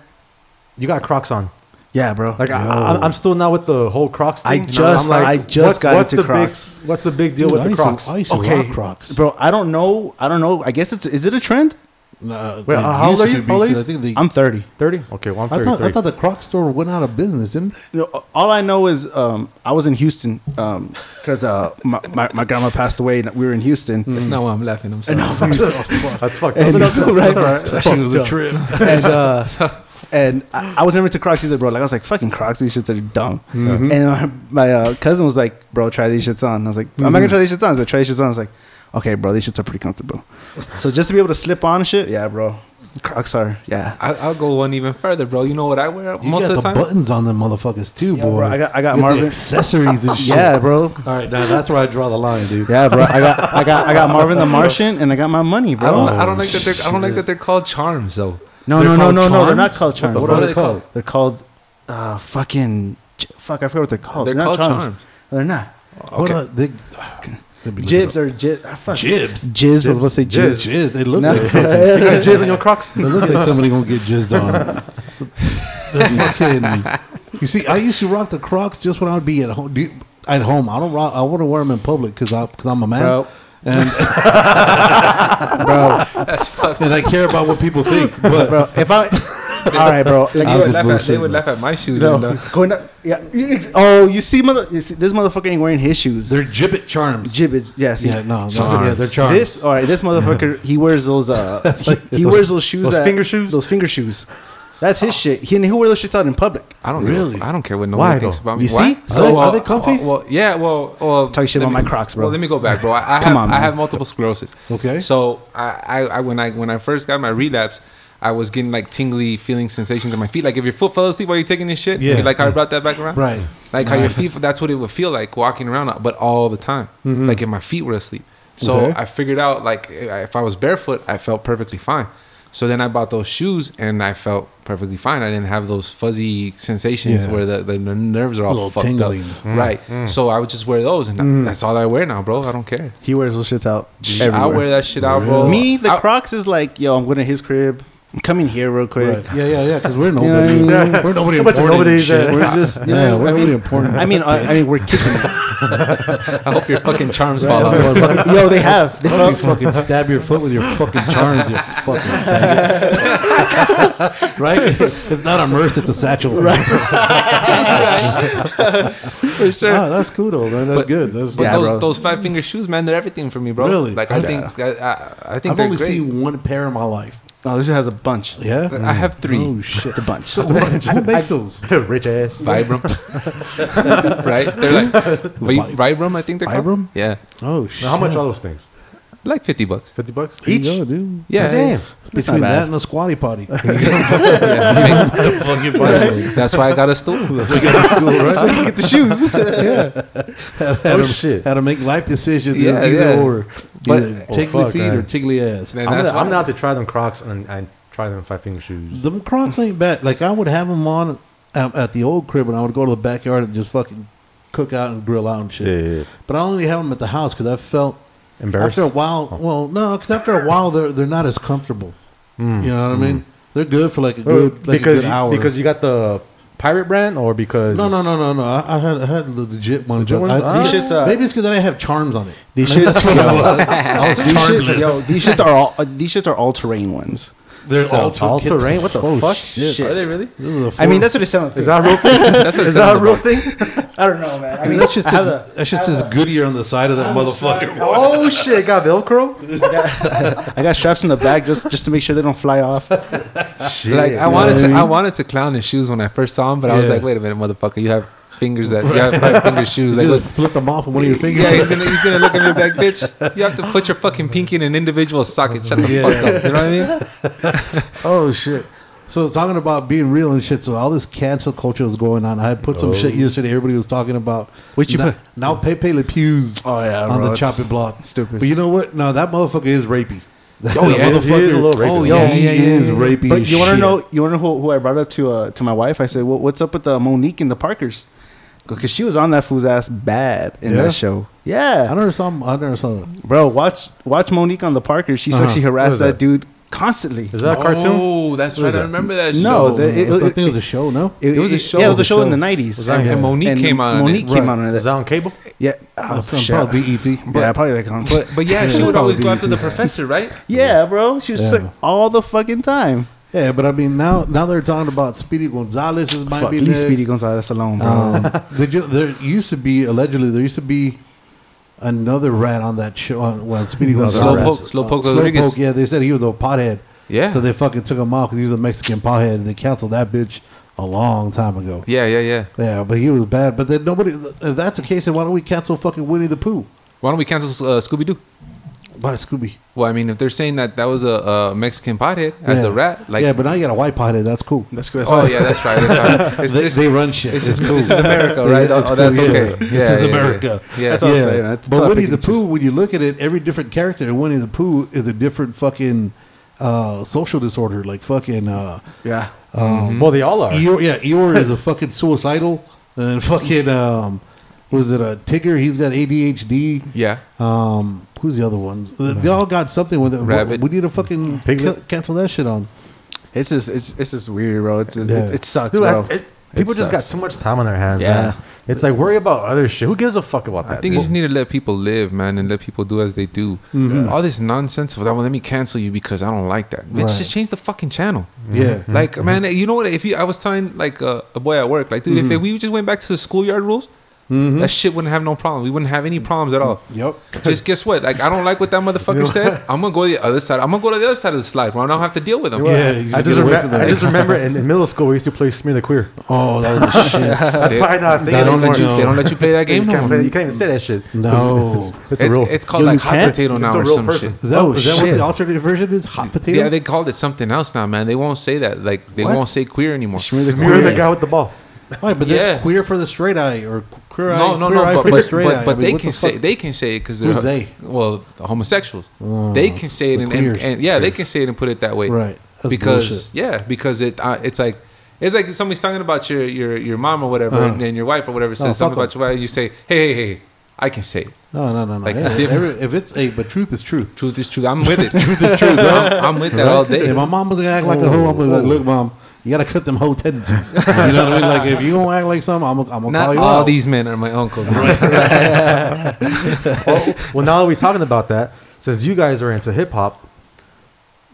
A: you got Crocs on.
D: Yeah, bro.
A: Like I,
B: Yo.
A: I, I'm still not with the whole Crocs.
D: I
A: Thing. you know?
D: just-
A: I'm like,
D: I just got into
A: the big-
D: Crocs.
A: what's the big deal
B: Dude,
A: with
B: I
A: the
B: used to-
A: Crocs?
B: I used to
D: Okay.
B: rock Crocs.
D: bro, I don't know. I don't know. I guess it's is it a trend?
B: Nah,
A: Wait,
B: they
A: how old
B: used
A: are
B: to
A: you?
B: be,
A: How old are
B: 'cause
A: you?
B: I think they.
D: I'm 30.
A: Thirty? Okay, well I'm
B: I
A: thirty.
B: thought, I thought the Croc store went out of business, didn't they?
D: You know, all I know is um, I was in Houston because uh, my, my, my grandma passed away and we were in Houston.
B: Mm.
C: That's not why I'm laughing. I'm sorry.
A: That's fucked.
D: And,
A: up. That's all right.
B: That shit was a trip.
D: and, uh, and I, I was never into Crocs either, bro. Like I was like, fucking Crocs, these shits are dumb.
B: Mm-hmm.
D: And my, my uh, cousin was like, bro, try these shits on. And I was like, I'm not gonna try these shits on. I was like, try these shits on. I was like, okay, bro, these shits are pretty comfortable. so just to be able to slip on shit, yeah, bro. Crocs are, yeah.
C: I, I'll go one even further, bro. You know what I wear
B: You got
C: most of
B: the,
C: the time?
B: buttons on them motherfuckers too,
D: Yeah,
B: boy.
D: bro, I got- I got
B: You the
D: Marvin-
B: accessories and shit.
D: Yeah, bro.
B: All right, now that's where I draw the line, dude.
D: Yeah, bro. I got, I got, I got Marvin the Martian, and I got my money,
C: I
D: bro.
C: don't. I don't like that. They're, I don't like that they're called charms, though.
D: No,
B: They're
D: no, no,
B: called
D: no, no. They're
B: charms?
D: not called
B: What
D: charms.
B: the
D: What
B: fuck
D: are
B: are they called?
D: They're called, uh, fucking, fuck. I forgot what they're called.
C: They're
D: not
C: called charms.
D: They're not.
B: What are they? Let me look
D: Jibs
B: it
D: or jib. ah, fuck.
B: up. jibs.
D: Jizz. I was about to say
B: Jizz.
D: jizz.
B: Jizz. It looks
D: No.
B: like fucking,
A: You got jizz on your Crocs?
B: it looks like somebody gonna get jizzed on. They're fucking. You see, I used to rock the Crocs just when I would be at home. Dude, at home, I don't rock. I wouldn't wear them in public because I because I'm a man.
D: Bro.
B: And
C: That's fucked.
B: and I care about what people think. But
D: Bro, if I. All right, bro.
C: They
B: I'm
C: would,
B: just
C: laugh at, they
B: bullshitting.
C: would laugh at my shoes.
D: No,
C: And, uh,
D: going up, yeah. you ex- Oh, you see, mother, you see, this motherfucker ain't wearing his shoes.
B: they're gibbet charms.
D: Gibbets, yeah. See,
B: Yeah, no, no,
C: Charms.
B: yeah, they're charms.
D: This, all right, this motherfucker, he wears those. Uh, he, he wears those shoes.
A: those
D: that-
A: finger shoes?
D: Those finger shoes. That's his shit. He and he wear those shits out in public.
C: I don't really.
B: Really?
C: I don't care what nobody
A: Why,
C: thinks
A: though?
C: about me.
D: You
C: Why?
D: see? So,
B: are they-
C: well, uh,
B: are they comfy?
C: Well, yeah. Well, well
D: Talk shit
C: let
D: about
C: me-
D: my Crocs, bro.
C: Well, let me go back, bro. I, I have
D: Come on,
C: I
D: man.
C: have multiple sclerosis.
B: Okay.
C: So I, I, I when I when I first got my relapse. I was getting like tingly feeling sensations in my feet. Like if your foot fell asleep while you're taking this shit,
B: Yeah.
C: you like how I brought that back around?
B: Right.
C: Like how your
B: Nice.
C: feet, that's what it would feel like walking around, but all the time. Like if my feet were asleep. So
B: Mm-hmm. Okay.
C: I figured out like if I was barefoot, I felt perfectly fine. So then I bought those shoes and I felt perfectly fine. I didn't have those fuzzy sensations
B: Yeah.
C: where the, the n- nerves are all
B: Little
C: fucked
B: tinglings.
C: up. Mm, Right. So I would just wear those, and
D: Mm.
C: that's all I wear now, bro. I don't care.
D: He wears those shits out.
C: I
D: everywhere.
C: wear that shit out, bro.
D: Me, the
C: I-
D: Crocs is like, yo, I'm going to his crib. I'm coming here real quick.
B: Right. Yeah, yeah, yeah. Because we're
D: know what I
B: nobody.
D: mean?
B: We're nobody
D: A bunch of
B: important. and
D: nobodies,
B: shit.
D: uh,
B: We're just
D: you
B: yeah.
D: know,
B: We're
D: I
B: nobody
D: mean-
B: important.
D: I mean, uh, I, I mean, we're kicking.
C: I hope your fucking charms fall off.
D: Fucking- yo, they have. They
B: Don't you
D: have.
B: fucking stab your foot with your fucking charms, you fucking faggot. right? It's not a merce, it's a satchel. Right.
C: For sure.
B: Oh, that's cool though, man. That's
C: But-
B: good. That's
C: But
D: Yeah,
C: those,
D: bro.
C: those five finger shoes, man, they're everything for me, bro.
B: Really?
C: Like I
B: Yeah.
C: think I, I, I think
B: I've
C: they're
B: only
C: great.
B: seen one pair in my life.
D: Oh, this has a bunch.
B: Yeah.
C: I have three.
B: Oh shit.
D: It's a bunch.
B: So what- Who makes those?
A: Rich ass.
C: Vibram, right? They're like Vi- Vibram. I think they're called.
B: Vibram?
C: Yeah,
B: Oh shit.
A: Now, how much are those things?
C: like fifty bucks.
A: Fifty bucks.
B: Each? You go, dude.
C: Yeah,
A: Damn.
B: It's between
D: bad.
B: that and a squatty potty. That's
C: yeah. Make-
B: what you
C: That's why I got a stool.
B: got to school, right?
D: So you get the shoes.
B: How
A: Oh,
B: to-
A: shit.
B: How to make life decisions
C: Yeah,
B: yeah, either
C: yeah.
B: or.
C: But-
B: Either
A: Oh,
B: tickly
A: fuck,
B: feet
A: man.
B: or tickly ass.
C: Man,
A: I'm
C: that's
A: gonna, I'm
C: why-
A: gonna have to try them Crocs and, and try them five finger shoes.
B: The Crocs ain't bad. Like I would have them on um, at the old crib, and I would go to the backyard and just fucking cook out and grill out and shit.
A: yeah.
B: But I only have them at the house because I felt
A: Embarrassed.
B: after a while. Well, no, because after a while they're they're not as comfortable.
A: Mm.
B: You know what I mean? They're good for like a
A: Or
B: good like
A: because
B: a good
A: you-
B: hour.
A: because you got the pirate brand or because
B: no, no, no, no, no. I, I had I had the legit one.
A: Legit
B: but
A: ones?
B: I,
A: These
D: shits, uh,
B: maybe it's because I didn't have charms on it.
D: These
B: Maybe
D: shits-
B: that's what it was. I was
D: these, shit, yo,
B: charmless.
D: these shits are all. Uh, these shits are all terrain ones.
B: They're
A: So,
B: all,
A: all terrain? What the fuck?
B: Shit.
C: Are they really?
B: This is a
D: I
B: four-
D: mean, that's what it sounds.
A: Is that real?
C: That's what
A: is
C: it
A: that
C: sounds
A: a real
C: about.
A: thing?
D: I don't know, man. I mean,
B: that shit
D: I have
B: says,
D: a-
B: that shit says Goodyear on the side of that motherfucker.
A: Oh shit! Got Velcro.
D: I got straps in the back just just to make sure they don't fly off.
A: Shit.
C: Like I wanted to, I wanted to clown his shoes when I first saw him, but I was
B: Yeah.
C: like, wait a minute, motherfucker, you have fingers that you have five finger shoes. Like,
B: Just
C: look,
B: flip them off with one of your fingers.
C: Yeah, he's gonna, he's gonna look at me like, bitch, you have to put your fucking pinky in an individual socket. Shut the
B: Yeah.
C: fuck up. You know what I mean?
B: Oh shit. So talking about being real and shit. So all this cancel culture is going on. I put some shit yesterday. Everybody was talking about.
D: Oh. What you
B: now,
D: put?
B: now Pepe Le Pew's
D: Oh, yeah,
B: on
D: bro,
B: the
D: it's
B: chopping block.
D: stupid.
B: But you know what? No, that motherfucker is rapey.
C: Oh, yeah.
A: He is a little
C: Oh,
A: regular.
C: yeah,
B: he
C: yeah, yeah,
B: is
C: yeah.
B: rapey.
D: But
B: as
D: you want to
B: shit.
D: know? You want to know who, who I brought up to uh, to my wife? I said, "What- "What's up with the Monique and the Parkers?" Because she was on that fool's ass bad in
B: Yeah?
D: that show.
B: I
D: Yeah,
B: never saw. him- I never saw that.
D: bro, watch watch Monique on the Parkers. She
B: Uh-huh.
D: sexually
A: What
D: harassed
A: is
D: that?
A: that?
D: dude constantly.
A: Is that a cartoon?
C: Oh, that's right. I remember that.
D: No,
C: show.
D: the- it-
B: I think it was a show. No,
C: It was a show.
D: Yeah, it was
C: The
D: a show, in
B: show.
D: the nineties.
A: that-
C: and, and Monique came out.
D: Monique
C: on it.
D: came
B: Right.
D: out on
A: Is
D: it.
A: that on cable?
D: Yeah, oh,
B: Some
D: shit.
B: probably BET.
D: yeah, probably like on.
C: But but yeah, she would
B: Probably
C: always go
B: be
C: after the
B: easier.
C: professor, right?
D: yeah, bro, she was
B: Yeah.
D: sick all the fucking time.
B: Yeah, but I mean now now they're talking about Speedy Gonzalez is might
D: Fuck,
B: be
D: leave
B: next.
D: Speedy Gonzalez alone, bro.
B: Um, did you, there used to be allegedly there used to be another rat on that show on well, Speedy
D: No,
B: Gonzalez. Uh,
C: Slowpoke- Slowpoke Rodriguez.
B: Yeah, they said he was a pothead.
C: Yeah.
B: So they fucking took him off because he was a Mexican pothead, and they canceled that bitch a long time ago.
C: Yeah, yeah, yeah.
B: Yeah, but he was bad. But then nobody. If that's the case, then why don't we cancel fucking Winnie the Pooh?
C: Why don't we cancel uh, Scooby Doo?
B: Why Scooby?
C: Well, I mean, if they're saying that that was a, a Mexican pothead as
B: Yeah.
C: a rat, like,
B: yeah, but now you got a white pothead. That's cool.
D: That's good.
C: oh yeah, that's right. That's right. It's,
B: They,
C: it's,
B: they run shit.
C: it's just, this is America,
B: Yeah,
C: right?
B: that's
C: oh, that's
B: cool, yeah.
C: okay.
B: This
C: Yeah,
B: is
C: yeah, yeah.
B: America.
C: Yeah.
D: That's what I'm saying. That's
B: but
D: tough.
B: Winnie
D: It
B: the
D: just-
B: Pooh, when you look at it, every different character in Winnie the Pooh is a different fucking uh, social disorder. Like fucking, uh,
D: Yeah.
C: Um,
A: Well, they all are.
B: Eeyore, yeah, Eeyore is a fucking suicidal, and fucking um, was it a Tigger? He's got ADHD.
C: Yeah.
B: Um, who's the other ones? They, they all got something with it.
C: Rabbit.
B: We need to fucking
A: Piglet.
B: ca- cancel that shit on.
D: It's just it's it's just weird, bro. It's just,
B: Yeah.
D: it, it sucks,
A: Dude, I-
D: bro.
A: it- people just got
D: sucks.
A: so much time on their hands.
D: Yeah.
A: man. It's like worry about other shit. Who gives a fuck about
C: I
A: that?
C: think you just need to let people live, man, and let people do as they do.
D: Mm-hmm.
C: All this nonsense of that. Well, let me cancel you because I don't like that. Bitch,
B: Right.
C: just change the fucking channel.
B: Yeah.
C: Mm-hmm. Like, man, you know what? If you, I was telling like uh, a boy at work, like, dude, if, if we just went back to the schoolyard rules, that shit wouldn't have no problem. We wouldn't have any problems at all.
B: Yep.
C: Just guess what? Like, I don't like what that motherfucker says. I'm gonna go to the other side. I'm gonna go to the other side of the slide where I don't have to deal with him.
B: Yeah, you
A: I
B: just
A: just,
B: get away
A: remem-
B: from that.
A: I just remember in, in middle school we used to play Smear the Queer.
B: Oh, that was the shit.
A: That's
C: They-
A: probably not a thing
C: They don't let you.
A: anymore.
C: They don't let you play that game
A: You
C: no
A: can't,
C: more.
A: play, you can't even say that shit.
B: No.
A: It's, a
C: It's,
A: real.
C: it's called
D: Yo,
C: like
D: you
C: hot
D: can't?
C: potato
A: It's
C: now
A: a
C: or
A: real
C: some
A: person.
C: shit.
B: Is that,
D: Oh,
B: is that what
D: shit.
B: the alternate version is? Hot potato?
C: Yeah, they called it something else now, man. They won't say that. Like they
B: What?
C: won't say queer anymore.
A: Smear the guy with the ball.
B: Why? But there's
C: Yeah.
B: queer for the straight eye or queer eye.
C: No, no,
B: queer
C: no.
B: eye
C: But
B: for the
C: but,
B: straight eye.
C: but,
B: I
C: but
B: mean,
C: they
B: what the
C: can say
B: fuck?
C: they can say it because
B: Who's they?
C: Well, the homosexuals.
B: Oh,
C: they can say it
B: the
C: and, and,
B: queers.
C: and yeah, they can say it and put it that way.
B: Right. That's
C: because
B: bullshit.
C: yeah, because it uh, it's like it's like somebody's talking about your your your mom or whatever,
B: Uh-huh.
C: and, and your wife or whatever says
B: No, fuck
C: something about your wife. You say, hey, hey, hey, I can say it.
B: No, no, no, no.
C: Like, it's
B: Yeah,
C: different.
B: every- if it's a, but truth is truth.
C: Truth is truth. I'm with it. truth is truth. I'm, I'm with that all day.
B: If my mom was gonna act like a hoe, I'm gonna be like, look, mom, you gotta cut them whole tendencies. you know what I mean? Like, if you don't act like something, I'm gonna, I'm gonna call
C: Not
B: you
C: all
B: out.
C: these men are my uncles. man.
A: well, well, now that we're talking about that, since you guys are into hip hop,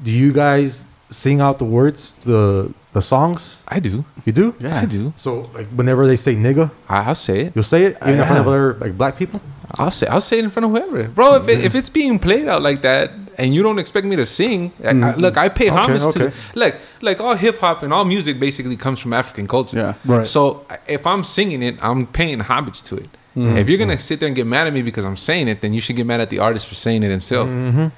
A: do you guys sing out the words to the the songs?
C: I do.
A: You do.
D: Yeah.
C: I do.
A: So like whenever they say nigga,
C: I, I'll say it.
A: you'll say it even in front of other like black people.
C: I'll say I'll say it in front of whoever, bro. If it, if it's being played out like that, and you don't expect me to sing, I- I, look, I pay
A: Okay,
C: homage
A: okay.
C: to like like all hip hop and all music basically comes from African culture.
D: Yeah.
B: Right.
C: So if I'm singing it, I'm paying homage to it. If you're gonna sit there and get mad at me because I'm saying it, then you should get mad at the artist for saying it himself.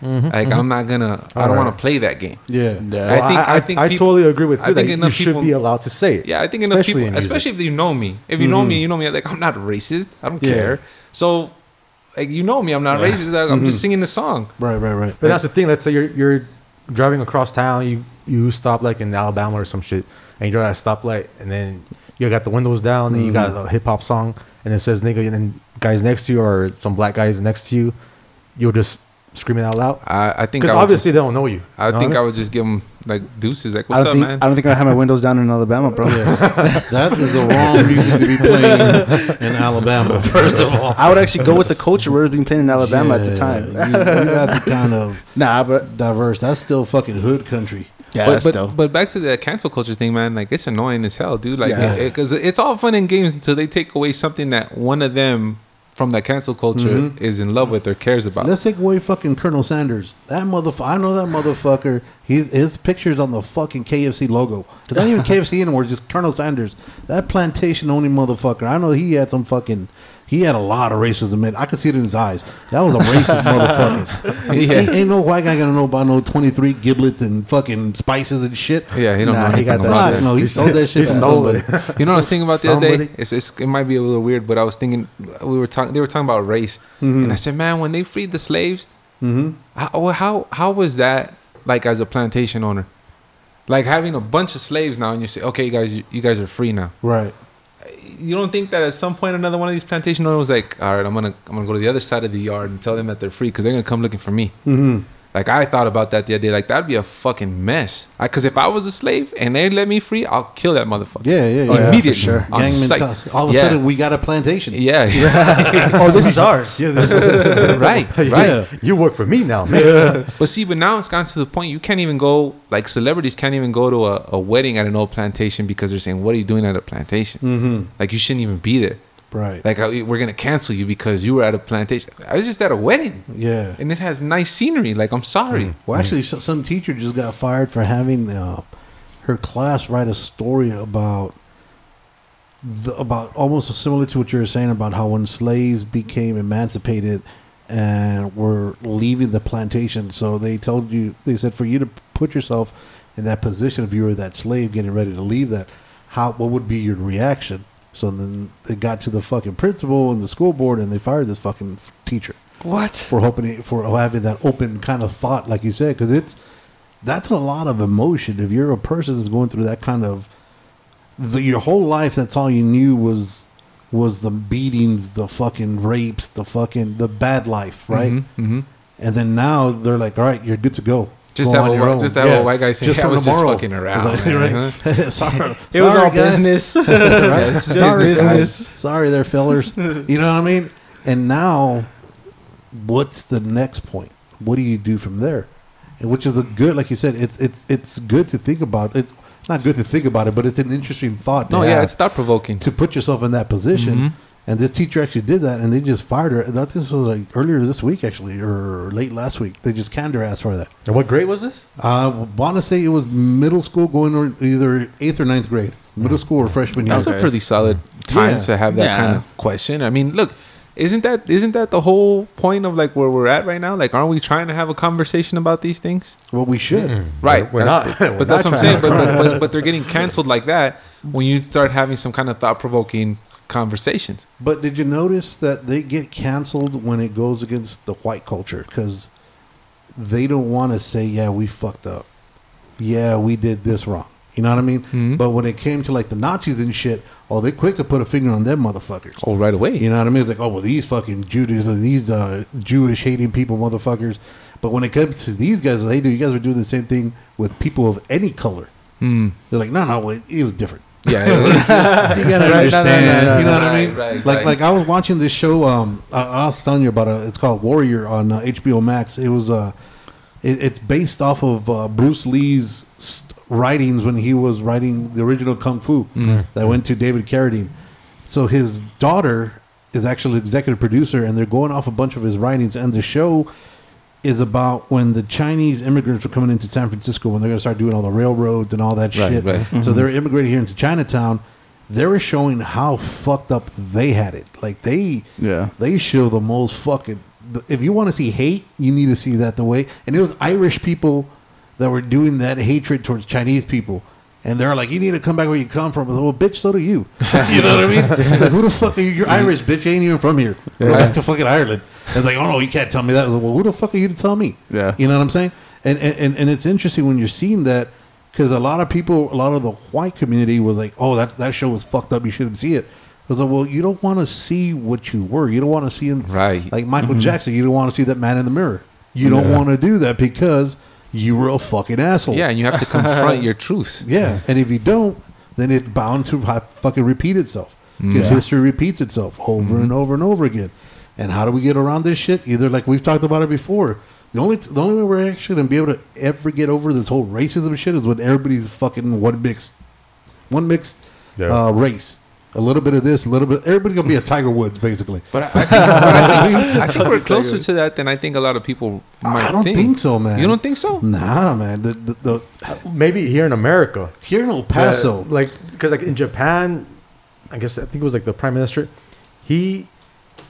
C: like I'm not gonna. I don't
A: Alright.
C: want to play that game.
B: Yeah.
D: Yeah.
C: I think- I think
A: I
C: people-
A: totally agree with
C: I
A: you that
C: think
A: you
C: enough
A: should
C: people-
A: be allowed to say it.
C: Yeah, I think enough
A: in
C: people,
A: music.
C: especially if you know me. If you know me, you know me. Like I'm not racist. I don't
B: Yeah.
C: care. So, like you know me, I'm not racist. Like, I'm just singing the song.
B: Right, right, right.
A: But that's the thing. Let's say you're you're driving across town. You you stop like in Alabama or some shit, and you're at a stoplight, and then you got the windows down, and you got
C: Mm-hmm.
A: a hip hop song, and it says nigga, and then guys next to you or some black guys next to you, you'll just scream it out loud
C: I, I think
A: because
C: I would
A: obviously
C: just-
A: they don't know you.
C: I
A: You know
C: think
A: what
C: I would just give him like deuces, like
D: I
C: what's up,
D: don't think
C: man?
D: I don't think I have my windows down in Alabama, bro.
B: That is the wrong music to be playing in Alabama. First of all,
D: I would actually go with the culture where it was being played in Alabama at the time.
B: Yeah, you, you got to kind of
D: Nah, but
B: diverse. That's still fucking hood country.
D: yeah,
C: but,
D: that's
C: but,
D: dope.
C: but back to the cancel culture thing, man. Like it's annoying as hell, dude. Like
B: Yeah.
C: because it's all fun and games until they take away something that one of them from that cancel culture is in love with or cares about.
B: Let's take away fucking Colonel Sanders. That motherfucker. I know that motherfucker. He's his picture's on the fucking KFC logo. It's not even KFC anymore. Just Colonel Sanders. That plantation owning motherfucker. I know he had some fucking. He had a lot of racism in. I could see it in his eyes. That was a racist motherfucker. Ain't- Ain't, ain't no white guy gonna know about no twenty three giblets and fucking spices and shit.
C: yeah, he don't
D: Nah,
C: know
D: he
C: anything
D: got that
C: about
B: Fuck
C: it.
D: shit.
B: no, he stole that shit
A: He
B: from
A: stole
B: somebody.
A: it.
C: You know what I was thinking about the other
A: Somebody-
C: day? It's, it's, it might be a little weird, but I was thinking we were talking. They were talking about race, and I said, "Man, when they freed the slaves, how, well, how how was that like as a plantation owner? Like having a bunch of slaves now, and you say, okay, you guys, you, you guys are free now.
B: Right.
C: You don't think that at some point another one of these plantation owners was like, all right, I'm gonna I'm gonna go to the other side of the yard and tell them that they're free because they're gonna come looking for me.
B: Mm-hmm.
C: Like I thought about that the other day. Like that'd be a fucking mess. Because if I was a slave and they let me free, I'll kill that motherfucker.
B: Yeah, yeah, yeah.
C: Immediately,
D: sure.
C: on
B: Gang
C: sight.
B: mentality. All of a
C: Yeah.
B: sudden, we got a plantation.
C: Yeah, yeah.
D: oh, this is ours.
B: Yeah, this is
C: right, right.
B: Yeah.
A: You work for me now, man.
C: But see, but now it's gotten to the point you can't even go. Like celebrities can't even go to a, a wedding at an old plantation because they're saying, "What are you doing at a plantation? Mm-hmm. Like you shouldn't even be there.
B: right.
C: Like I, we're gonna cancel you because you were at a plantation. I was just at a wedding,
B: Yeah.
C: and this has nice scenery. Like I'm sorry.
B: Well, actually, so- some teacher just got fired for having uh, her class write a story about the, about almost similar to what you were saying about how when slaves became emancipated and were leaving the plantation, so they told you they said for you to put yourself in that position if you were that slave getting ready to leave that, how what would be your reaction? So then it got to the fucking principal and the school board, and they fired this fucking teacher
C: What?
B: for hoping for having that open kind of thought, like you said, because it's that's a lot of emotion. If you're a person that's going through that kind of the, your whole life, that's all you knew was was the beatings, the fucking rapes, the fucking the bad life, right?
C: hmm
B: And then now they're like, all right, you're good to go.
C: Just
B: Go
C: have
B: on
C: a
B: your
C: whi-
B: own."
C: just have a white guy saying, "I
B: for
C: was just fucking around,
B: It's
C: man."
B: right? sorry,
D: It was
B: sorry,
D: all
B: guys.
D: business.
C: Yeah, this is
B: Sorry,
C: business,
B: guys.
C: guys.
B: Sorry, there, fellers. you know what I mean? And now, what's the next point? What do you do from there? And which is a good, like you said, it's it's it's good to think about. It's not good to think about it, but it's an interesting thought. To
C: No, yeah,
B: have
C: it's Mm-hmm. thought provoking.
B: to put yourself in that position. And this teacher actually did that, and they just fired her. I think this was like earlier this week, actually, or late last week. They just canned her ass for that.
A: And what grade was this?
B: I want to say it was middle school, going on either eighth or ninth grade,
C: Mm.
B: middle school or freshman year.
C: That's a pretty solid time
B: Yeah.
C: to have that
D: Yeah.
C: kind of question. I mean, look, isn't that isn't that the whole point of like where we're at right now? Like, aren't we trying to have a conversation about these things?
B: Well, we should.
C: Right.
A: We're
C: That's-
A: not.
C: But,
A: We're
C: that's
A: not
C: what I'm
A: trying
C: saying. But, but, but but they're getting canceled like that when you start having some kind of thought provoking conversations.
B: But did you notice that they get canceled when it goes against the white culture because they don't want to say, "Yeah, we fucked up." yeah, we did this wrong. You know what I mean? But when it came to like the Nazis and shit, oh, they quick to put a finger on them motherfuckers.
C: Oh, right away.
B: You know what I mean? It's like, oh, well, these fucking Judas and these uh, Jewish hating people, motherfuckers. But when it comes to these guys, like, hey, dude, you guys were doing the same thing with people of any color. They're like, no, no, well, it was different.
C: Hmm. Yeah, it was-
B: You
A: Right, no, no,
B: gotta
A: no,
B: understand.
A: no,
B: you know what I
C: right,
B: mean? like,
C: right, right.
B: like I was watching this show. Um, I, I was telling you about it. It's called Warrior on uh, HBO Max. It was uh, it, it's based off of uh, Bruce Lee's st- writings when he was writing the original Kung Fu
C: Mm-hmm.
B: that went to David Carradine. So his daughter is actually executive producer, and they're going off a bunch of his writings. And the show is about when the Chinese immigrants were coming into San Francisco when they're going to start doing all the railroads and all that
C: Right,
B: shit.
C: right. Mm-hmm.
B: So they're immigrating here into Chinatown. They were showing how fucked up they had it. Like they,
D: Yeah.
B: they show the most fucking. th- If you want to see hate, you need to see that the way. And it was Irish people that were doing that hatred towards Chinese people. And they're like, you need to come back where you come from. I said, well, bitch, so do you. You know what I mean? Like, who the fuck are you? You're Irish, bitch. You ain't even from here. Go back to fucking Ireland. And it's like, oh no, you can't tell me that. I was like, well, who the fuck are you to tell me?
D: Yeah.
B: You know what I'm saying? And and, and, and it's interesting when you're seeing that because a lot of people, a lot of the white community was like, oh, that, that show was fucked up. You shouldn't see it. I was like, well, you don't want to see what you were. You don't want to see him.
C: Right.
B: Like Michael Jackson, you don't want to see that man in the mirror. You don't want to do that because you were a fucking asshole.
C: yeah, and you have to confront your truths.
B: Yeah, and if you don't, then it's bound to hi- fucking repeat itself
C: Mm.
B: because history repeats itself
C: Mm-hmm.
B: over and over and over again. And how do we get around this shit? Either like we've talked about it before. The only the only way we're actually gonna be able to ever get over this whole racism shit is when everybody's fucking one mixed, one mixed
A: Yeah.
B: uh, race. A little bit of this, a little bit. Everybody gonna be a Tiger Woods, basically.
C: But I, I, think, but I think- I think we're closer to that than I think a lot of people might
B: I don't
C: think.
B: think, so, man.
C: You don't think so?
B: Nah, man. The, the, the
A: Maybe here in America.
B: here in El Paso,
A: Uh, like because like in Japan, I guess I think it was like the prime minister. He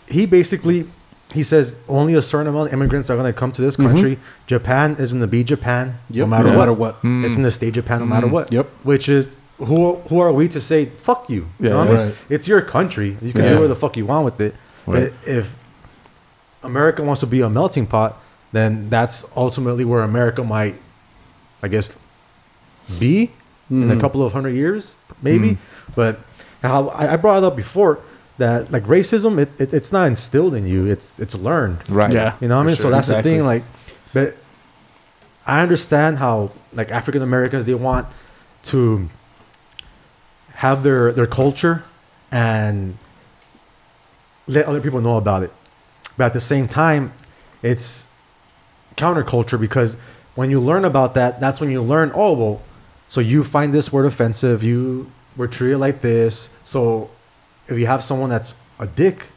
A: he basically he says only a certain amount of immigrants are going to come to this country. Japan is going to be Japan,
B: Mm-hmm. Yep.
A: no matter
B: No
A: what.
B: matter what.
C: Mm.
A: It's in the state Japan, no matter what.
B: Yep.
A: Which is who who are we to say fuck you? you know what I mean?
B: right.
A: It's your country. You can
B: Yeah.
A: do whatever the fuck you want with it.
D: Right.
A: But if America wants to be a melting pot, then that's ultimately where America might, I guess, be in
B: Mm-hmm.
A: a couple of hundred years, maybe.
B: Mm.
A: But how I, I brought it up before that like racism, it, it, it's not instilled in you. It's it's learned.
C: Right.
D: Yeah.
A: You know what I mean? so
C: sure.
A: that's
D: Exactly.
A: the thing. Like, but I understand how like African Americans they want to have their their culture and let other people know about it. But at the same time, it's counterculture because when you learn about that, that's when you learn, oh well, so you find this word offensive, you were treated like this. So if you have someone that's a dick,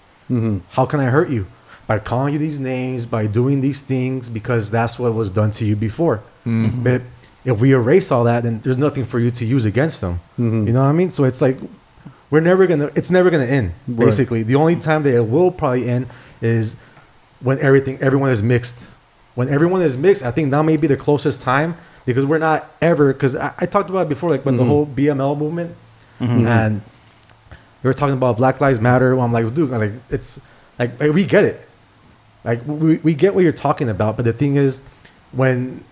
A: how can I hurt you? By calling you these names, by doing these things, because that's what was done to you before. But if we erase all that, then there's nothing for you to use against them. You know what I mean? So it's like we're never gonna. It's never gonna end. Basically, the only time that it will probably end is when everything, everyone is mixed. When everyone is mixed, I think that may be the closest time because we're not ever. Because I, I talked about it before, like with the whole BML movement, and we were talking about Black Lives Matter. Well, I'm like, dude, like it's like, like, we get it, like we, we get what you're talking about. But the thing is, when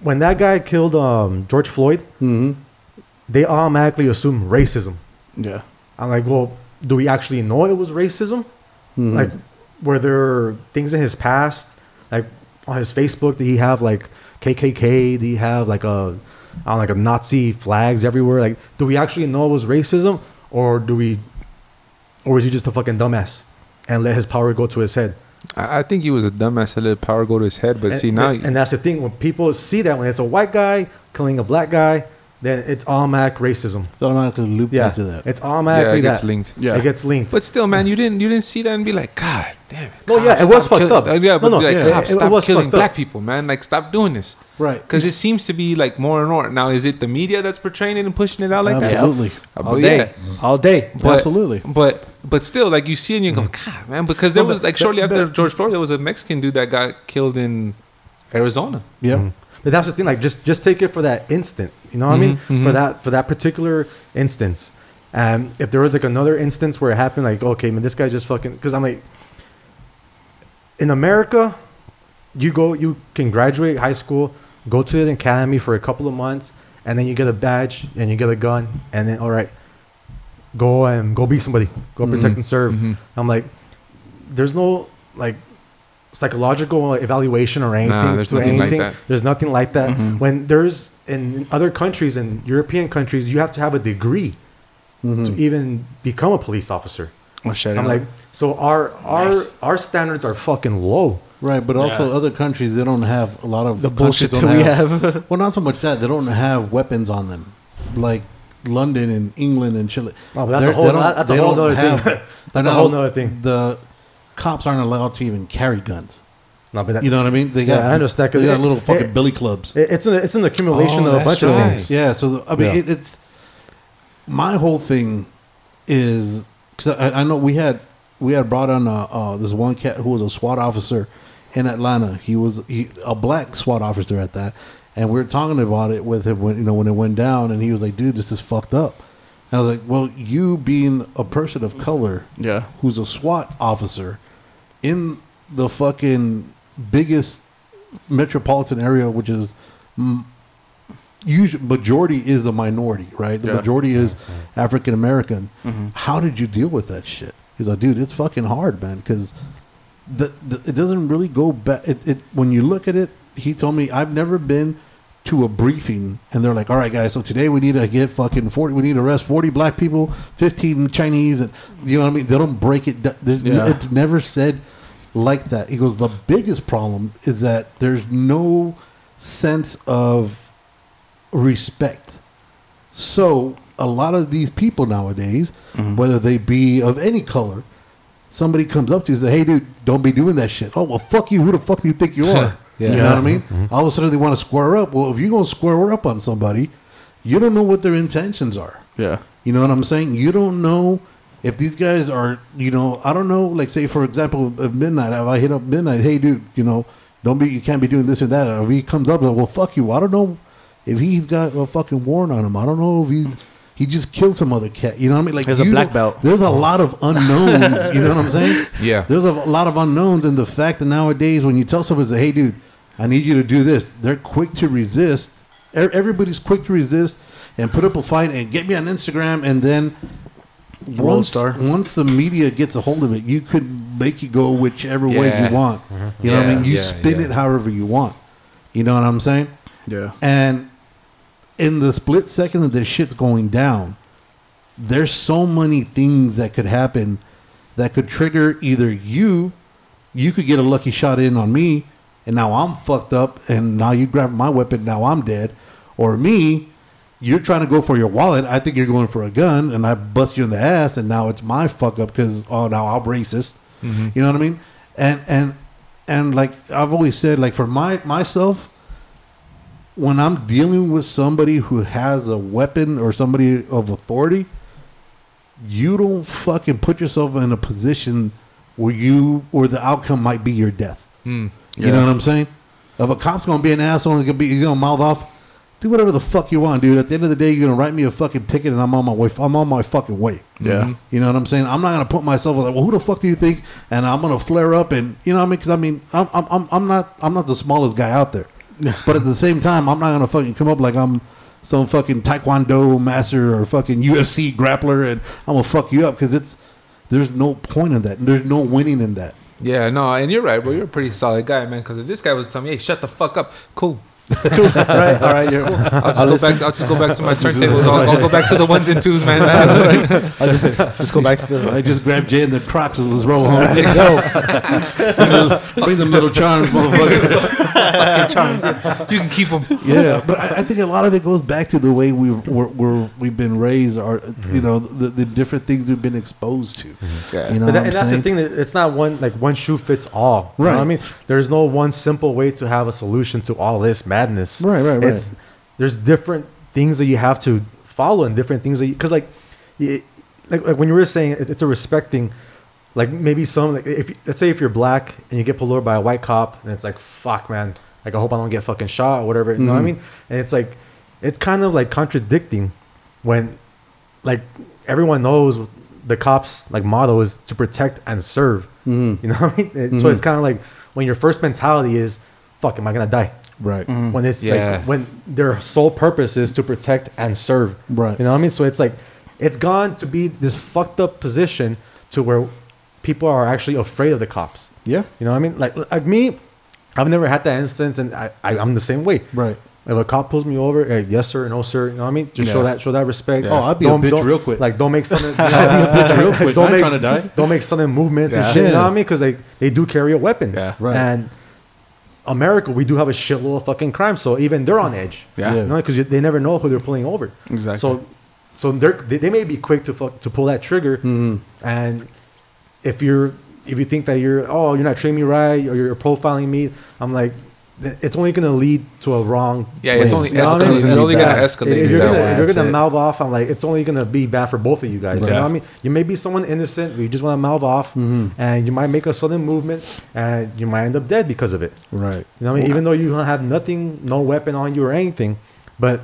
A: when that guy killed um, George Floyd, they automatically assume racism.
D: Yeah.
A: I'm like, well, do we actually know it was racism? Like, were there things in his past, like on his Facebook? Did he have like KKK? Did he have like a, I don't know, like a Nazi flags everywhere? Like, do we actually know it was racism, or do we, or is he just a fucking dumbass and let his power go to his head?
C: I, I think he was a dumbass that let power go to his head. But
A: And,
C: see now,
A: and that's the thing when people see that when it's a white guy killing a black guy, then it's automatic racism.
B: so I'm not gonna loop
A: Yeah,
B: into that.
A: it's automatically
C: gets
A: that.
C: linked.
D: Yeah.
A: it gets linked.
C: but still, man, you didn't you didn't see that and be like, God damn. it,
A: No,
C: cops,
A: yeah, it was
C: stop
A: fucked
C: killing-
A: up.
C: Uh, yeah,
A: No,
C: but
A: no,
C: be like,
A: yeah,
C: cops,
A: it- it
C: stop
A: was
C: killing
A: fucked up.
C: black people, man. Like, stop doing this.
B: right.
C: Because it seems to be like more and more now. Is it the media that's portraying it and pushing it out like
B: Absolutely.
C: that? Uh,
D: All
C: But
D: day.
C: yeah.
D: All day.
C: But-
B: Absolutely.
C: But but still, like you see and you go,
D: Mm.
C: God, man, because there
B: No,
C: was
B: but-
C: like shortly
B: but-
C: after George Floyd, there was a Mexican dude that got killed in Arizona.
B: Yep.
A: But that's the thing. Like, just just take it for that instant. You know what I mean? For that for that particular instance. And if there was like another instance where it happened, like, okay, man, this guy just fucking. Because I'm like, in America, you go, you can graduate high school, go to the academy for a couple of months, and then you get a badge and you get a gun, and then all right, go and go beat somebody, go protect and serve.
C: Mhm.
A: I'm like, there's no like psychological evaluation or anything.
C: there's
A: to
C: nothing like
A: anything.
C: that. Mm-hmm.
A: There's nothing like that. When there's in other countries, in European countries, you have to have a degree to even become a police officer.
D: Oh, shit,
A: I'm
D: I know.
A: like, so our our
D: Nice.
A: our standards are fucking low.
B: Right, but also other countries they don't have a lot of
D: The
B: countries
D: bullshit
B: don't
D: that we have.
B: well, not so much that they don't have weapons on them, like London and England and Chile.
A: Oh, but that's
B: They're-
A: a whole-
B: they don't-
A: that's a
B: they
A: whole
B: don't
A: nother thing.
B: they're
A: That's a
B: not-
A: whole nother thing.
B: The cops aren't allowed to even carry guns.
A: No, but that,
B: You know what I mean? They
A: Yeah,
B: got
A: I understand, 'cause
B: They got
A: it-
B: little fucking
A: it-
B: billy clubs.
A: it- it's an it's an accumulation
C: Oh,
A: of a
C: that's
A: bunch of
C: right.
A: things.
B: Yeah. So the, I mean,
A: Yeah.
B: It, it's my whole thing is because I, I know we had we had brought on uh, uh, this one cat who was a SWAT officer in Atlanta. He was he, a black SWAT officer at that, and we were talking about it with him when you know when it went down, and he was like, "Dude, this is fucked up." And I was like, "Well, you being a person of color,
D: Yeah.
B: who's a SWAT officer in the fucking biggest metropolitan area, which is usually majority is the minority, right? The
D: Yeah. Mm-hmm.
B: majority is African American. How did you deal with that shit? He's like, dude, it's fucking hard, man, because the, the it doesn't really go back. It, it when you look at it, he told me I've never been to a briefing and they're like, all right, guys, so today we need to get fucking forty. We need to arrest forty black people, fifteen Chinese, and you know what I mean. They don't break it. down. There's
D: Yeah.
B: it's never said like that. He goes, the biggest problem is that there's no sense of respect. So a lot of these people nowadays, whether they be of any color, somebody comes up to you and says, "Hey, dude, don't be doing that shit." Oh well, fuck you. Who the fuck do you think you are?
C: Yeah.
B: You know what I mean?
D: Mm-hmm.
B: All of a sudden they want to square up. Well, if you're gonna square up on somebody, you don't know what their intentions are.
D: Yeah.
B: You know what I'm saying? You don't know if these guys are, you know, I don't know. Like, say for example, at midnight, if I hit up midnight, hey, dude, you know, don't be, you can't be doing this and that. Or if he comes up, like, well, fuck you. I don't know if he's got a fucking warrant on him. I don't know if he's. He just killed some other cat. You know what I mean? Like
D: There's a
B: you
D: black
B: don't-
D: belt.
B: There's a lot of unknowns. you know what I'm saying?
C: Yeah.
B: There's a lot of unknowns, and the fact that nowadays, when you tell somebody, say, "Hey, dude, I need you to do this," they're quick to resist. E- Everybody's quick to resist and put up a fight and get me on Instagram, and then
D: World
B: once
D: star.
B: once the media gets a hold of it, you could make it go whichever way
C: Yeah. Mm-hmm.
B: you want. You know what I
C: Yeah,
B: mean? You
C: yeah,
B: spin
C: yeah.
B: it however you want. You know what I'm saying?
D: Yeah.
B: And in the split second that this shit's going down, there's so many things that could happen that could trigger either you, you could get a lucky shot in on me, and now I'm fucked up, and now you grab my weapon, now I'm dead, or me, you're trying to go for your wallet, I think you're going for a gun, and I bust you in the ass, and now it's my fuck up because oh now I'm racist, you know what I mean? And and and like I've always said, like for my myself, when I'm dealing with somebody who has a weapon or somebody of authority, you don't fucking put yourself in a position where you or the outcome might be your death. You know what I'm saying? If a cop's gonna be an asshole and gonna be he's gonna mouth off, do whatever the fuck you want, dude. At the end of the day, you're gonna write me a fucking ticket and I'm on my way. I'm on my fucking way. Mm-hmm.
D: Yeah.
B: You know what I'm saying? I'm not gonna put myself like, well, who the fuck do you think? And I'm gonna flare up and you know what I mean? Because I mean, I'm, I'm I'm I'm not I'm not the smallest guy out there, but at the same time, I'm not gonna fucking come up like I'm some fucking taekwondo master or fucking UFC grappler and I'm gonna fuck you up because it's there's no point in that. There's no winning in that.
C: Yeah, no, and you're right. Well, you're a pretty solid guy, man. Because if this guy was telling me, "Hey, shut the fuck up," cool.
D: right. All right. You're,
C: I'll just go back. I'll just go back to my turntables. I'll, I'll go back to the ones and twos, man.
D: I'll just just go back to the.
B: I just grabbed Jay and the Crocs and let's roll home. Let's go. Bring them little charms, motherfucker.
C: you can keep them.
B: Yeah, but I, I think a lot of it goes back to the way we we're, we're, we've been raised, or you know, the, the different things we've been exposed to.
D: Yeah.
B: You
A: But
B: know, what
C: Oh,
A: that-
B: I'm
A: and that's
B: saying?
A: the thing that it's not one like one shoe fits all. You know what I
B: Right.
A: mean, there's no one simple way to have a solution to all this madness.
B: Right, right, right.
A: It's, there's different things that you have to follow and different things that you because like, y- like like when you were saying it, it's a respect thing. Like maybe some like if let's say if you're black and you get pulled over by a white cop and it's like fuck man like I hope I don't get fucking shot or whatever. You know what I
B: Mm-hmm.
A: mean? And it's like it's kind of like contradicting when like everyone knows the cops like motto is to protect and
B: Mm-hmm.
A: serve you know what i mean And so it's kind of like when your first mentality is fuck am i gonna die
B: Right.
A: when it's
C: Yeah.
A: like when their sole purpose is to protect and serve.
B: Right.
A: You know what I mean? So it's like it's gone to be this fucked up position to where people are actually afraid of the cops.
B: Yeah.
A: You know what I mean? Like like me, I've never had that instance, and I, I I'm the same way.
B: Right.
A: If a cop pulls me over, hey, yes sir, no sir. You know what I mean? Just show
B: Yeah.
A: that show that respect.
B: Oh, I'd be a bitch real quick.
A: Like don't make something.
B: real quick.
A: Don't
B: I ain't
A: make,
B: trying to die.
A: Don't make sudden movements
B: Yeah.
A: and shit. You know
B: Yeah.
A: what I mean? Because they they do carry a weapon.
C: Yeah.
B: Right.
A: And America, we do have a shitload of fucking crime, so even they're on edge.
B: Yeah.
A: You know, because they never know who they're pulling over.
D: Exactly.
A: So, so they're, they they may be quick to fuck, to pull that trigger,
C: Mm-hmm.
A: and if you're if you think that you're oh you're not treating me right or you're profiling me, I'm like. th- It's only gonna lead to a wrong.
C: Yeah, it's
A: place.
C: only
A: You know what I mean?
C: escalating. It's only gonna
A: bad.
C: escalate
A: If you're
C: that
A: gonna,
C: way.
A: if you're gonna
D: That's it.
A: mouth off, I'm like, it's only gonna be bad for both of you guys. You know
B: Right.
A: what I mean? You may be someone innocent, you just want to mouth off,
B: Mm-hmm.
A: and you might make a sudden movement, and you might end up dead because of it.
B: Right.
A: You know what I mean? Even though you don't have nothing, no weapon on you or anything, but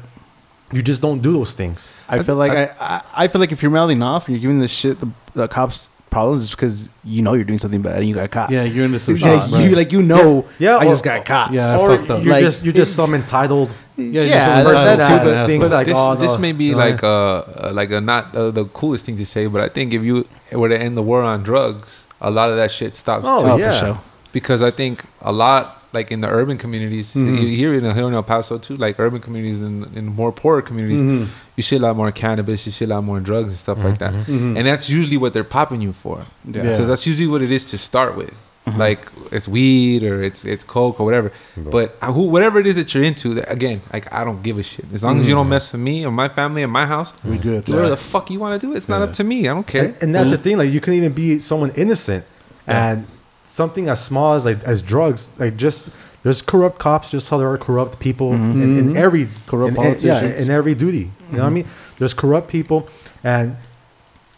A: you just don't do those things.
D: I feel like I, I, I feel like if you're mouthing off and you're giving this shit the, the cops problems, it's because you know you're doing something bad and you got caught.
B: Yeah, you're into some
D: Yeah,
B: shit.
D: you like you know.
A: Yeah,
D: Yeah,
A: yeah,
D: I
A: or-
D: just got caught.
B: Yeah, I
A: or
B: fucked up.
A: you're
D: Like,
A: just you're just
D: it-
A: some entitled.
B: yeah,
D: yeah,
B: some
D: that-
B: person
D: that too,
B: an
A: but
B: asshole.
A: things like-
C: this,
A: oh,
C: this
A: no,
C: may be
A: no.
C: like uh like a not uh, the coolest thing to say, but I think if you were to end the war on drugs, a lot of that shit stops
A: Oh,
C: too.
D: Oh,
A: yeah.
D: for sure.
C: Because I think a lot like in the urban communities you-
A: Mm-hmm.
C: here in here in El Paso too, like urban communities and in more poorer communities,
A: Mm-hmm.
C: you see a lot more cannabis, you see a lot more drugs and stuff like that,
A: Mm-hmm.
C: and that's usually what they're popping you for.
B: Yeah.
C: So that's usually what it is to start with. Like it's weed or it's it's coke or whatever, but I- who whatever it is that you're into, that, again, like I don't give a shit. As long as you don't mess with me or my family and my house,
B: We good.
C: do
B: Yeah.
C: whatever the fuck you want to do. It's not
B: Yeah.
C: up to me. I don't care.
A: And, and that's
B: Mm-hmm.
A: the thing. Like you can even be someone innocent, and something as small as like as drugs, like just there's corrupt cops, just how there are corrupt people in, in every
B: Mm-hmm. Corrupt
A: in, in- yeah,
B: politicians. Mm-hmm.
A: in every duty. You know what I mean? There's corrupt people, and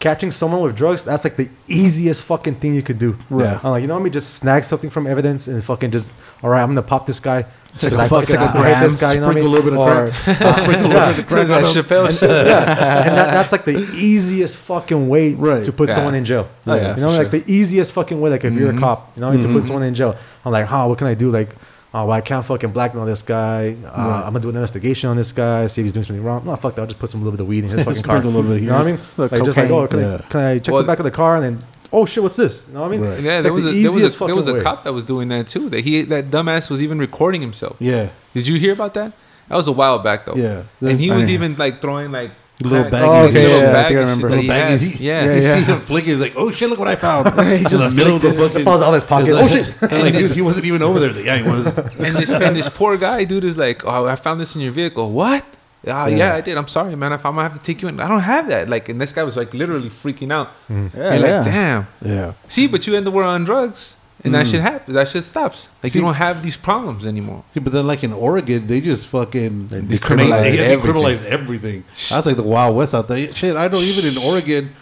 A: catching someone with drugs, that's like the easiest fucking thing you could do.
B: Yeah.
A: I'm like, you know what I mean? Just snag something from evidence and fucking just, all right, I'm gonna pop this guy.
B: Take a
A: Like,
B: fuck, take
A: I
B: a
A: grade
B: gram,
A: this guy, you know what I
B: sprinkle a little bit
A: mean?
B: of
A: Or- uh,
B: crack.
C: Like that Chappelle shit.
A: yeah, and that, that's like the easiest fucking way
B: Right.
A: to put
C: Yeah.
A: someone in jail.
C: Oh, yeah,
A: you know,
C: for Mm-hmm.
A: like the easiest fucking way. Like if you're a cop, you know, to put someone in jail. I'm like, huh, what can I do? Like, oh, well, I can't fucking blackmail this guy. Uh, I'm gonna do an investigation on this guy, see if he's doing something wrong. No, fuck that. I'll just put some little bit of weed in his fucking car.
B: Sprinkle a little bit
A: you know what I
B: here.
A: mean?
D: Look,
A: like just like, oh, can,
D: cocaine.
B: Yeah.
A: I, can I check
C: Well,
A: the back of the car and then, oh shit, what's this? You know what I mean?
B: Right.
C: Yeah,
A: It's
C: there,
A: like
C: was
A: the
C: a, there was
A: easiest
C: a there was
A: fucking
C: a
A: way.
C: cop that was doing that too. That he that dumbass was even recording himself.
B: Yeah.
C: Did you hear about that? That was a while back though.
B: Yeah.
C: and he
B: I
C: was
B: mean-
C: even like throwing like
B: Little
C: crack-
B: baggies.
D: okay,
C: little
D: yeah,
C: baggies
D: I think I
C: shit
D: remember.
C: that
B: Little
C: he
B: baggies.
C: had.
B: He,
C: yeah,
B: yeah,
C: yeah.
B: You see him flicking. He's like, "Oh shit! Look what I found!" he just in the middle of the fucking.
A: Falls out of his pocket.
B: It's like-
A: Oh, shit.
B: And like, dude, he wasn't even over there. He's like, yeah, he was.
C: and this and this poor guy, dude, is like, oh, I found this in your vehicle. What? Ah, yeah.
B: Yeah.
C: I did. I'm sorry, man. If I'm gonna have to take you in, I don't have that. Like, and this guy was like literally freaking out.
D: Yeah,
C: You're
D: yeah.
C: like, damn.
B: Yeah.
C: See, but you end the war on drugs, and that shit happens. That shit stops. Like,
B: See-
C: you don't have these problems anymore.
B: See, but then like in Oregon, they just fucking they
C: decriminalized
B: they
C: everything.
B: decriminalized everything. That's like the Wild West out there. Shit, I know even in Oregon,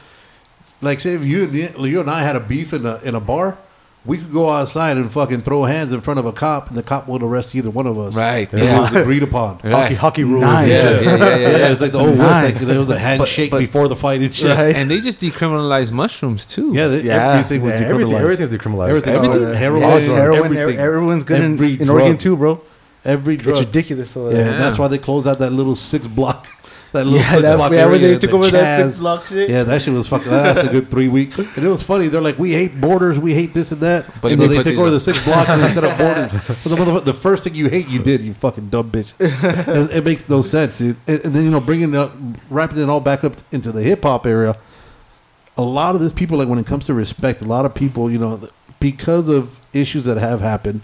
B: like say if you and you and I had a beef in a in a bar, we could go outside and fucking throw hands in front of a cop, and the cop would arrest either one of us.
C: Right.
B: It
C: Yeah.
B: was agreed upon. Yeah.
A: Hockey,
C: Right.
A: hockey rules.
D: Nice.
C: Yes. Yeah, yeah, yeah, yeah.
B: It's like the old west. Like,
D: Nice.
B: there was a handshake
C: but-
B: before the fight and shit.
D: Right.
C: And they just decriminalized mushrooms too.
B: Yeah, they,
D: Yeah.
B: everything was
A: Yeah,
B: decriminalized.
A: everything- everything's decriminalized.
B: Everything,
C: Everything?
B: uh, heroin,
D: Heroin, heroin,
B: everything,
D: everyone's good in,
B: Every
D: in Oregon
B: drug.
D: too, bro.
B: every drug.
D: It's ridiculous. over
B: Yeah,
D: there.
B: and that's why they closed out that little six block, that little
D: Yeah,
B: six
D: that-
B: block
D: yeah,
B: area.
D: where they took
B: the
D: over that
B: Chaz.
D: six block shit.
B: Yeah, that shit was fucking. That's a good three week. And it was funny. They're like, we hate borders, we hate this and that.
C: But
B: and
C: they
B: so they
C: put
B: took
C: these
B: over
C: up.
B: the six blocks and they set up borders. So the, motherfucker- the first thing you hate, you did. You fucking dumb bitch. it, it makes no sense, dude. And, and then you know, bringing it up, wrapping it all back up into the hip hop area a lot of this people like when it comes to respect a lot of people you know th- because of issues that have happened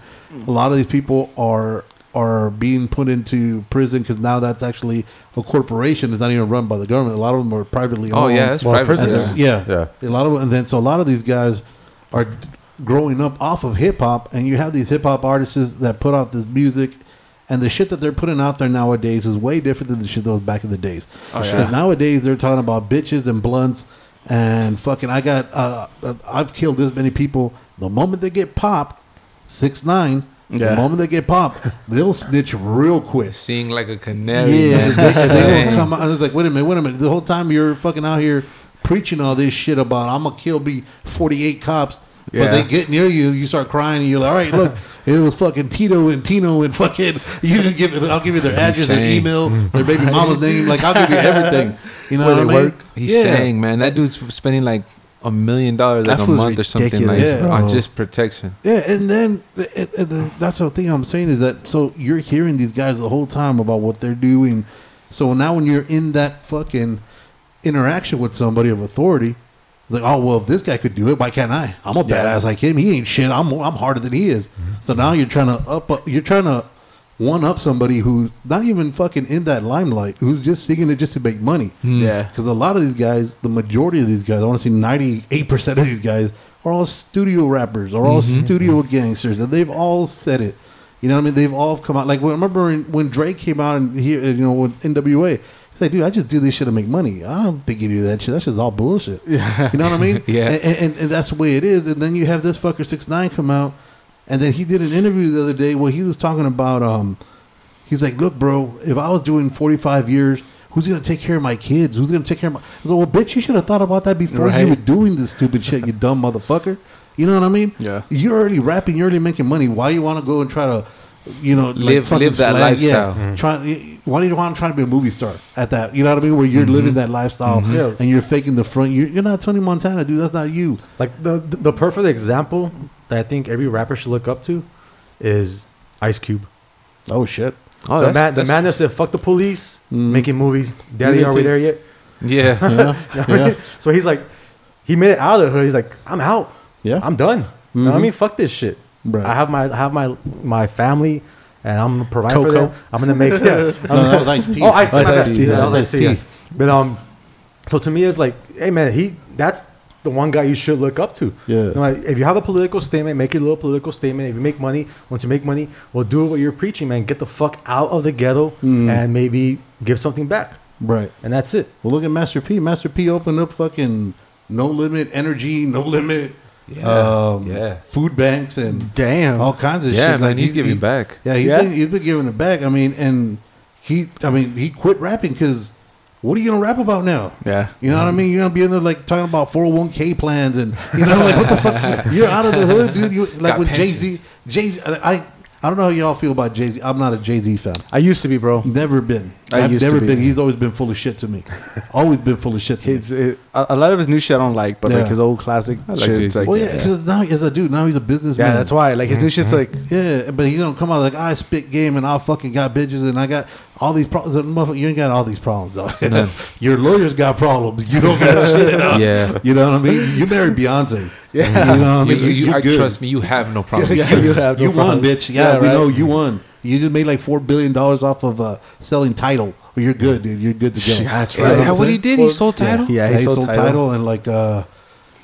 B: a lot of these people are are being put into prison because now that's actually a corporation it's not even run by the government a lot of them are privately
C: Oh
B: owned
C: yeah, that's
A: Well,
C: private.
B: and
A: prisons.
C: Yeah.
B: they're- yeah.
A: Yeah.
B: a lot of and then so a lot of these guys are d- growing up off of hip hop, and you have these hip hop artists that put out this music, and the shit that they're putting out there nowadays is way different than the shit that was back in the days.
C: Oh,
B: Because
C: yeah.
B: nowadays they're talking about bitches and blunts and fucking. I got uh, uh, I've killed this many people. The moment they get popped, six nine.
D: Yeah.
B: The moment they get popped, they'll snitch real quick.
C: Sing like a
B: Yeah,
C: canary.
B: they,
C: man.
B: they will
C: Dang.
B: come out. I was like, wait a minute, wait a minute. The whole time you're fucking out here preaching all this shit about I'm gonna kill be 48 cops.
D: Yeah.
B: But they get near you, you start crying, and you're like, "All right, look, it was fucking Tito and Tino and fucking you can give. I'll give you their address, their
C: saying.
B: email, their baby mama's name. Like I'll give you everything. You know
D: Where
B: what I
D: they
B: mean?
D: work.
C: He's saying, man, that dude's spending like a million dollars
D: That
C: like a
D: fool's
C: month or something like
B: ridiculous,
C: on
A: bro.
C: just protection.
B: Yeah, and then it, it, the, that's the thing I'm saying is that so you're hearing these guys the whole time about what they're doing. So now when you're in that fucking interaction with somebody of authority, it's like, oh well, if this guy could do it, why can't I? I'm a badass like him. He ain't shit. I'm I'm harder than he is. So now you're trying to up. uh, You're trying to one up somebody who's not even fucking in that limelight, who's just singing it just to make money.
D: Yeah.
B: Because a lot of these guys, the majority of these guys, I want to say ninety-eight percent of these guys are all studio rappers, are all studio gangsters, and they've all said it. You know what I mean? They've all come out. Like when, remember when, when Drake came out and he, uh, you know, with NWA, he's like, dude, I just do this shit to make money. I don't think you do that shit. That shit's all bullshit. Yeah. You know what I mean?
C: Yeah.
B: And, and, and that's the way it is. And then you have this fucker six nine come out, and then he did an interview the other day where he was talking about um, He's like, look, bro, if I was doing 45 years, who's going to take care of my kids? Who's going to take care of my. I was like, well, bitch, you should have thought about that before
C: Right.
B: you were doing this stupid shit, you dumb motherfucker. You know what I mean?
D: Yeah.
B: You're already rapping, you're already making money. Why do you want to go and try to, you know,
C: Live-
B: fucking
C: live that
B: slag?
C: lifestyle.
A: Mm-hmm.
B: Yeah. Try, why do you want to try to be a movie star at that? You know what I mean? Where
C: Mm-hmm.
B: you're living that lifestyle
A: Yeah.
B: and you're faking the front. You're, you're not Tony Montana, dude. That's not you.
A: Like the the perfect example that I think every rapper should look up to is Ice Cube.
B: Oh, shit.
C: Oh,
A: the man, the man that said "fuck the police," making movies. Daddy,
B: Yeah,
A: are we
B: see.
A: there yet?
C: yeah.
B: Yeah.
A: so he's like, he made it out of the hood. He's like, I'm out.
B: Yeah.
A: I'm done. You know what I mean? Fuck this shit.
B: Right.
A: I have my I have my my family, and I'm gonna provide for
D: Coco.
A: them. I'm gonna make. Yeah.
B: No, that was Ice-T.
A: Oh, Ice T.
B: That's Ice-T.
A: That
B: That's
A: was Ice
B: Ice-T.
A: T. But um, so to me, it's like, hey man, he that's the one guy you should look up to.
B: Yeah.
A: You know, like, if you have a political statement, make your little political statement. If you make money, once you make money, well, do what you're preaching, man. Get the fuck out of the ghetto
B: Mm.
A: and maybe give something back,
B: Right.
A: and that's it.
B: Well, look at Master P. Master P opened up fucking no limit energy, no limit, um,
C: Yeah.
B: food banks and
D: Damn.
B: all kinds of
C: Yeah,
B: shit.
C: man, he's giving
B: he-
C: back.
B: Yeah, he's
A: Yeah.
B: been he's been giving it back. I mean, and he, I mean, he quit rapping because what are you gonna rap about now?
D: Yeah.
B: You know what I mean? You're gonna be in there like talking about 401k plans and you know like what the fuck? You're out of the hood, dude. You like
C: Got
B: with Jay
C: pensions.
B: Z. Jay Z. I I I don't know how y'all feel about Jay Z. I'm not a Jay Z fan.
D: I used to be, bro.
B: Never been.
D: I
B: I've
D: used to
B: never
D: be.
B: been. He's always been full of shit to me. always been full of shit to me.
D: His, it, a a lot of his new shit I don't like, but
B: Yeah.
D: like his old classic
C: like
D: shit. it's
C: Jay-Z.
D: like,
B: Well, yeah,
D: yeah,
B: because now as a dude, now he's a businessman.
D: Yeah, that's why. Like his new shit's like,
B: Yeah, but he don't come out like I spit game and I fucking got bitches and I got all these problems. Like, motherfucker, You ain't got all these problems. Though. Your lawyers got problems. You don't got shit. huh?
C: Yeah.
B: You know what I mean? You married Beyonce. Yeah. You know what I
C: You,
B: mean?
C: you, you,
B: You're
C: I
B: good.
C: trust me, you have no problem.
B: Yeah,
D: You have no
B: you won,
D: problems.
B: bitch. Yeah,
D: Yeah,
B: we
D: right.
B: know you won. You just made like four billion dollars off of uh, selling title. You're good, dude. You're good to go.
D: That's
B: You know
D: right.
C: Is that
B: I'm
C: what he
B: saying?
C: did? he
D: Well,
C: sold
B: Yeah.
C: title?
D: Yeah,
B: Yeah,
D: he
B: he
D: sold
B: sold
D: Tidal.
B: title and like uh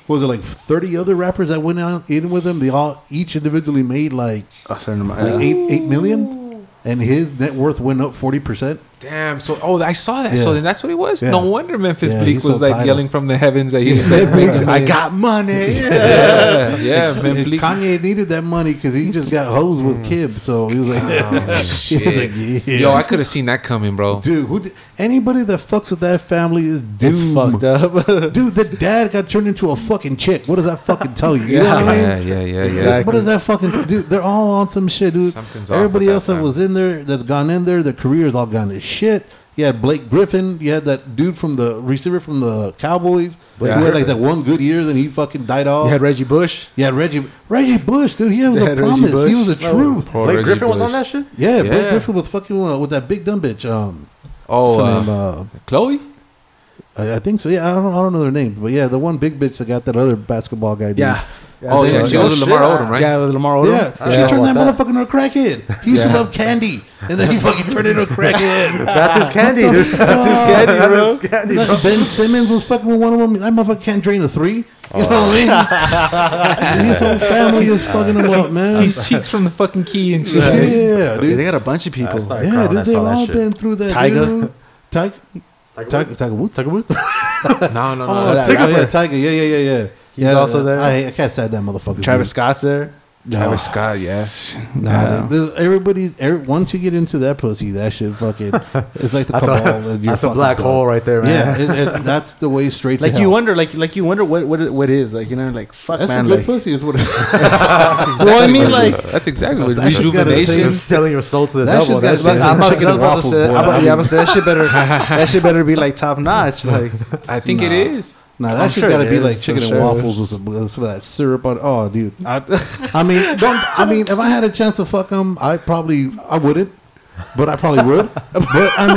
B: what was it like thirty other rappers that went out in with him? They all each individually made like
D: a certain
B: like
D: amount.
B: eight eight million, and his net worth went up forty percent.
C: Damn. So, oh, I saw that.
B: Yeah.
C: So then that's what it was.
B: Yeah.
C: No wonder Memphis
B: Yeah, he
C: Bleak was
B: sold
C: like
B: Tidal.
C: yelling from the heavens that he was like, making
B: I
C: money.
B: got money.
C: Yeah, yeah, Memphis Bleak.
B: Kanye needed that money because he just got hosed with Kib, so he was like, he was like, yeah.
C: Yo, I could have seen that coming, bro.
B: dude, who? Did, anybody that fucks with that family is doomed.
D: It's fucked up.
B: Dude, the dad got turned into a fucking chick. What does that fucking tell you? You know what I mean?
C: yeah, yeah, yeah, yeah.
D: Exactly.
B: What does that fucking dude? They're all on some shit, dude.
C: Something's off
B: Everybody
C: with
B: else
C: that
B: that was in there, that's gone in there, their careers all gone to shit. You had Blake Griffin. You had that dude from the receiver from the Cowboys
C: Yeah.
B: who had like that one good year, then he fucking died off.
D: You had Reggie Bush.
B: You had Reggie Reggie Bush, dude. He was
D: They
B: a
D: had Reggie
B: promise. He
D: Bush.
B: was a truth.
C: Poor
A: Blake
C: Reggie
A: Griffin was on
C: Bush.
A: that shit.
B: Yeah, Blake
C: Yeah.
B: Griffin with fucking uh, with that big dumb bitch. Um, what's
C: Oh,
B: her
C: uh,
B: name? Uh,
C: Chloe?
B: I I think so. Yeah, I don't, I don't know their name, but yeah, the one big bitch that got that other basketball guy. Dude.
D: Yeah.
C: Oh,
B: they-
C: yeah. She
B: oh,
C: was
A: shit,
C: Lamar
A: I-
C: Odom, right?
D: Yeah, with Lamar Odom.
B: Yeah,
D: I
B: she
D: forgot
B: turned that
D: about
B: motherfucker into a crackhead. He used to love candy, and then he fucking turned into a crackhead.
A: That's his candy, dude. That's his candy, bro. That's his candy, bro.
B: Like ben Simmons was fucking with one of them. That motherfucker can't drain a three. You know what I mean? His whole family is fucking him up, man.
C: His cheeks from the fucking key and shit.
B: yeah,
D: Dude, they
B: dude.
D: got a bunch of people.
A: That's not- I
B: Yeah,
A: cried when I
B: dude. They've
A: saw that
B: all
A: shit.
B: been through that.
D: Tiger?
B: dude. Tiger. Tiger. Tiger Woods.
A: Tiger Woods.
C: No, no, no.
B: Oh,
D: that
B: Tiger.
D: rapper.
B: Yeah, Tiger. Yeah, yeah, yeah, yeah.
D: He's
B: yeah,
D: also there.
B: I, I can't say that motherfucker.
D: Travis Scott's there.
C: Travis Scott, yeah.
B: Nah, dude, this- everybody. every- once you get into that pussy, that shit fucking. It's like the
A: That's a-
B: cabal. and you're
A: that's a
B: fucking
A: black
B: done.
A: hole right there, man.
B: Yeah, it, it's that's the way straight.
D: Like
B: to
D: you
B: hell.
D: wonder, like like you wonder what what it- what is like you know like fuck
B: That's
D: man
B: a good
D: like
B: pussy, is what.
D: well I mean like
C: That's exactly what
B: That shit's gotta
C: rejuvenation.
A: You're selling your soul to the
B: That
A: devil.
B: shit's gotta
A: That's
D: That's what
B: taste
A: just-
B: like
D: I'm about-
B: chicken and
D: that's what I'm
B: waffles,
D: about to say.
B: boy.
D: I'm about-
B: I
D: yeah,
B: mean-
D: I'm about to say, that shit better that shit better be like top notch like
C: I think it
B: Nah.
C: is.
B: Nah,
D: I'm
B: that shit's
D: sure
B: got to
D: it
B: be
D: is,
B: like
D: I'm
B: chicken
D: sure
B: and
D: it
B: waffles
D: is.
B: with some, with some of that syrup on. Oh, dude. I, I mean, don't. I mean, if I had a chance to fuck them, I probably I wouldn't, but I probably would. But I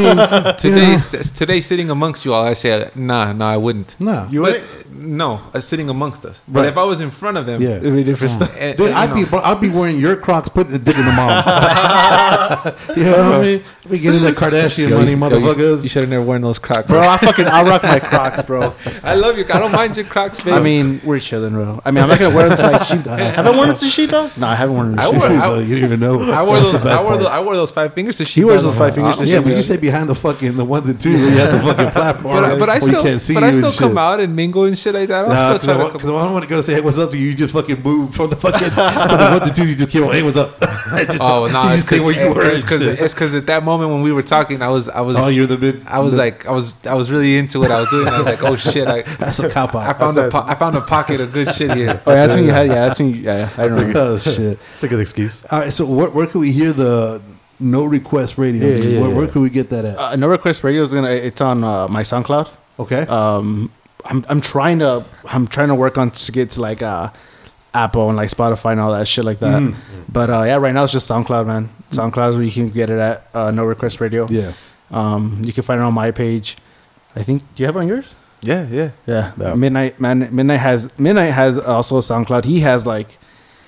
B: mean,
C: Today, today, sitting amongst you all, I say, nah, nah, I wouldn't.
B: nah.
D: you
C: But
D: would
C: no, uh, sitting amongst us. But
B: Right.
C: if I was in front of them,
B: Yeah.
D: it'd be different stuff
C: eh,
B: Dude,
C: you
B: I'd
C: know,
B: be I'd be wearing your Crocs, putting a dick in the mom. you know what I mean? We getting the Kardashian money, motherfuckers.
C: You should have never worn those Crocs.
D: bro I fucking I rock my Crocs bro
C: I love you. I don't mind your Crocs, baby.
D: I mean we're chilling bro I mean I'm not gonna wear them to like sheep have I worn them to sheep though no I haven't worn them
C: I
D: to
C: wore-
D: sheep
B: She's
C: I-
B: like, you didn't even know.
C: I wore
B: That's
C: those.
B: the bad
C: I wore,
B: part.
C: those I wore those five fingers to she.
D: He wears those five fingers to
B: Yeah,
D: sheep.
B: but you say behind the fucking the one, the two, where you had the fucking platform.
C: But, I- but I
B: where you
C: still,
B: can't see
C: but I
B: you and
C: still come
B: shit.
C: out and mingle and shit like that. I'll
B: No,
C: still
B: because I,
C: try
B: want-
C: to
B: 'cause
C: come.
B: I don't want to go say, hey, what's up to you? You just fucking move from the fucking, from the one to two, you just came out, hey, what's up? Just-
C: Oh no!
B: you
C: it's
B: just say
C: 'cause-
B: where you were. and
C: It's because
B: shit.
C: it's because at that moment when we were talking, I was I was
B: oh, you're the mid.
C: I was like I was I was really into what I was doing. I was like, oh shit! I,
B: that's a cop
C: I
B: out.
C: found a po- I found a pocket of good shit here.
D: oh yeah, that's when you had yeah that's when you, yeah I remember
B: oh, shit.
A: It's a good excuse.
B: All right, so where, where can we hear the no request radio?
A: Yeah, yeah,
B: where,
A: yeah.
B: where can we get that at?
D: uh, No Request Radio is gonna. It's on uh, my SoundCloud.
B: Okay.
C: uh,
D: Um, I'm I'm trying to I'm trying to work on to get to like uh, Apple and like Spotify and all that shit like that. But uh, yeah, right now it's just SoundCloud, man. SoundCloud is where you can get it at. Uh, no Request Radio.
B: yeah.
D: Um, you can find it on my page. I think. Do you have it on yours?
C: Yeah, yeah.
D: Yeah.
B: Yeah.
D: Midnight man. Midnight has Midnight has also a SoundCloud. He has like,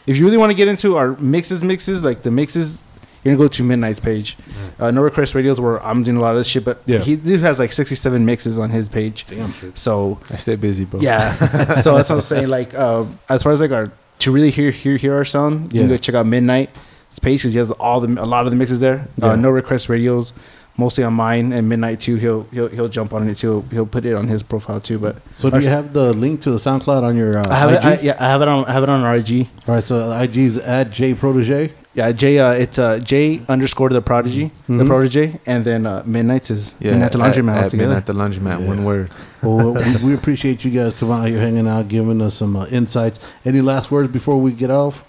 D: if you really want to get into our mixes, mixes like the mixes, you're gonna go to Midnight's page. Uh, no request radios where I'm doing a lot of this shit, but
B: Mm. Yeah.
D: he dude has like 67 mixes on his page.
B: Damn.
D: So
C: I stay busy, bro.
D: yeah. so that's what I'm saying. Like, uh, as far as like our to really hear hear hear our sound, you
B: Yeah.
D: can go check out Midnight. It's page because he has all the a lot of the mixes there.
B: Yeah.
D: Uh, no request radios, mostly on mine and Midnight too. He'll he'll he'll jump on it too. He'll put it on his profile too. But
B: So do you have the link to the SoundCloud on your uh,
D: I have
B: IG?
D: it. I, yeah, I have it on. I have it on RG.
B: All right, so IG's at J Protege.
D: Yeah, J. Uh, it's uh, J underscore the prodigy, the
B: Mhm.
D: protege, and then uh, midnights is
C: Yeah,
D: midnight the laundromat altogether.
C: Midnight the laundromat.
B: Yeah.
C: One word.
B: Well, we, we appreciate you guys coming out here, hanging out, giving us some uh, insights. Any last words before we get off?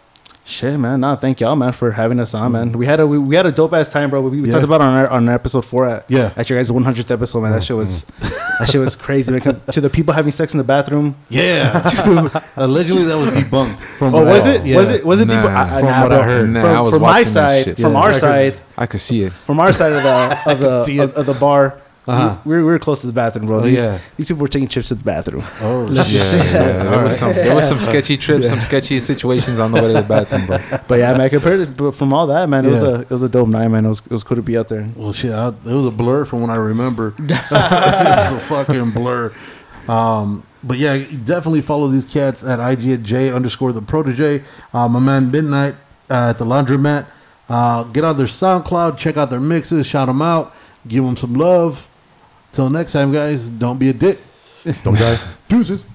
D: Shit, man. Nah, thank y'all, man, for having us on, man. We had a we, we had a dope ass time, bro. We, we
B: Yeah.
D: talked about it on our, on episode four at,
B: Yeah.
D: at your guys' 100th episode, man. That shit was that shit was crazy. man. to the people having sex in the bathroom.
B: Yeah. Allegedly, that was debunked. From
D: Oh,
B: what
D: was
B: I-
D: it?
B: Yeah.
D: Was it? Was it?
C: Nah.
D: deep- I- I-
B: From
D: nah,
B: what I
D: bro.
B: heard.
C: Nah,
D: From,
C: I was
D: from my
C: watching that
D: side,
C: shit.
D: from
B: Yeah.
D: our
B: Yeah, 'cause-
D: side,
C: I could see it.
D: from our side of the of
B: see
D: the
B: it.
D: of, of the bar.
B: Uh-huh.
D: We, we were close to the bathroom, bro.
B: Oh,
D: These,
B: yeah.
D: these people were taking chips at the bathroom.
B: Oh,
D: Let's
B: shit.
C: Yeah,
D: just say
C: yeah,
D: that.
C: There, was some, there was some sketchy trips, some sketchy situations on the way to the bathroom, bro.
D: But yeah, man, compared to, but from all that, man, it was
B: Yeah.
D: a it was a dope night, man. It was it was cool to be out there.
B: Well, shit, I, it was a blur from what I remember. it was a fucking blur. Um, but yeah, definitely follow these cats at IG at J underscore the protege. Uh, my man Midnight uh, at the laundromat. Uh, get on their SoundCloud, check out their mixes, shout them out, give them some love. Till next time, guys, don't be a dick.
A: Don't die.
B: Deuces.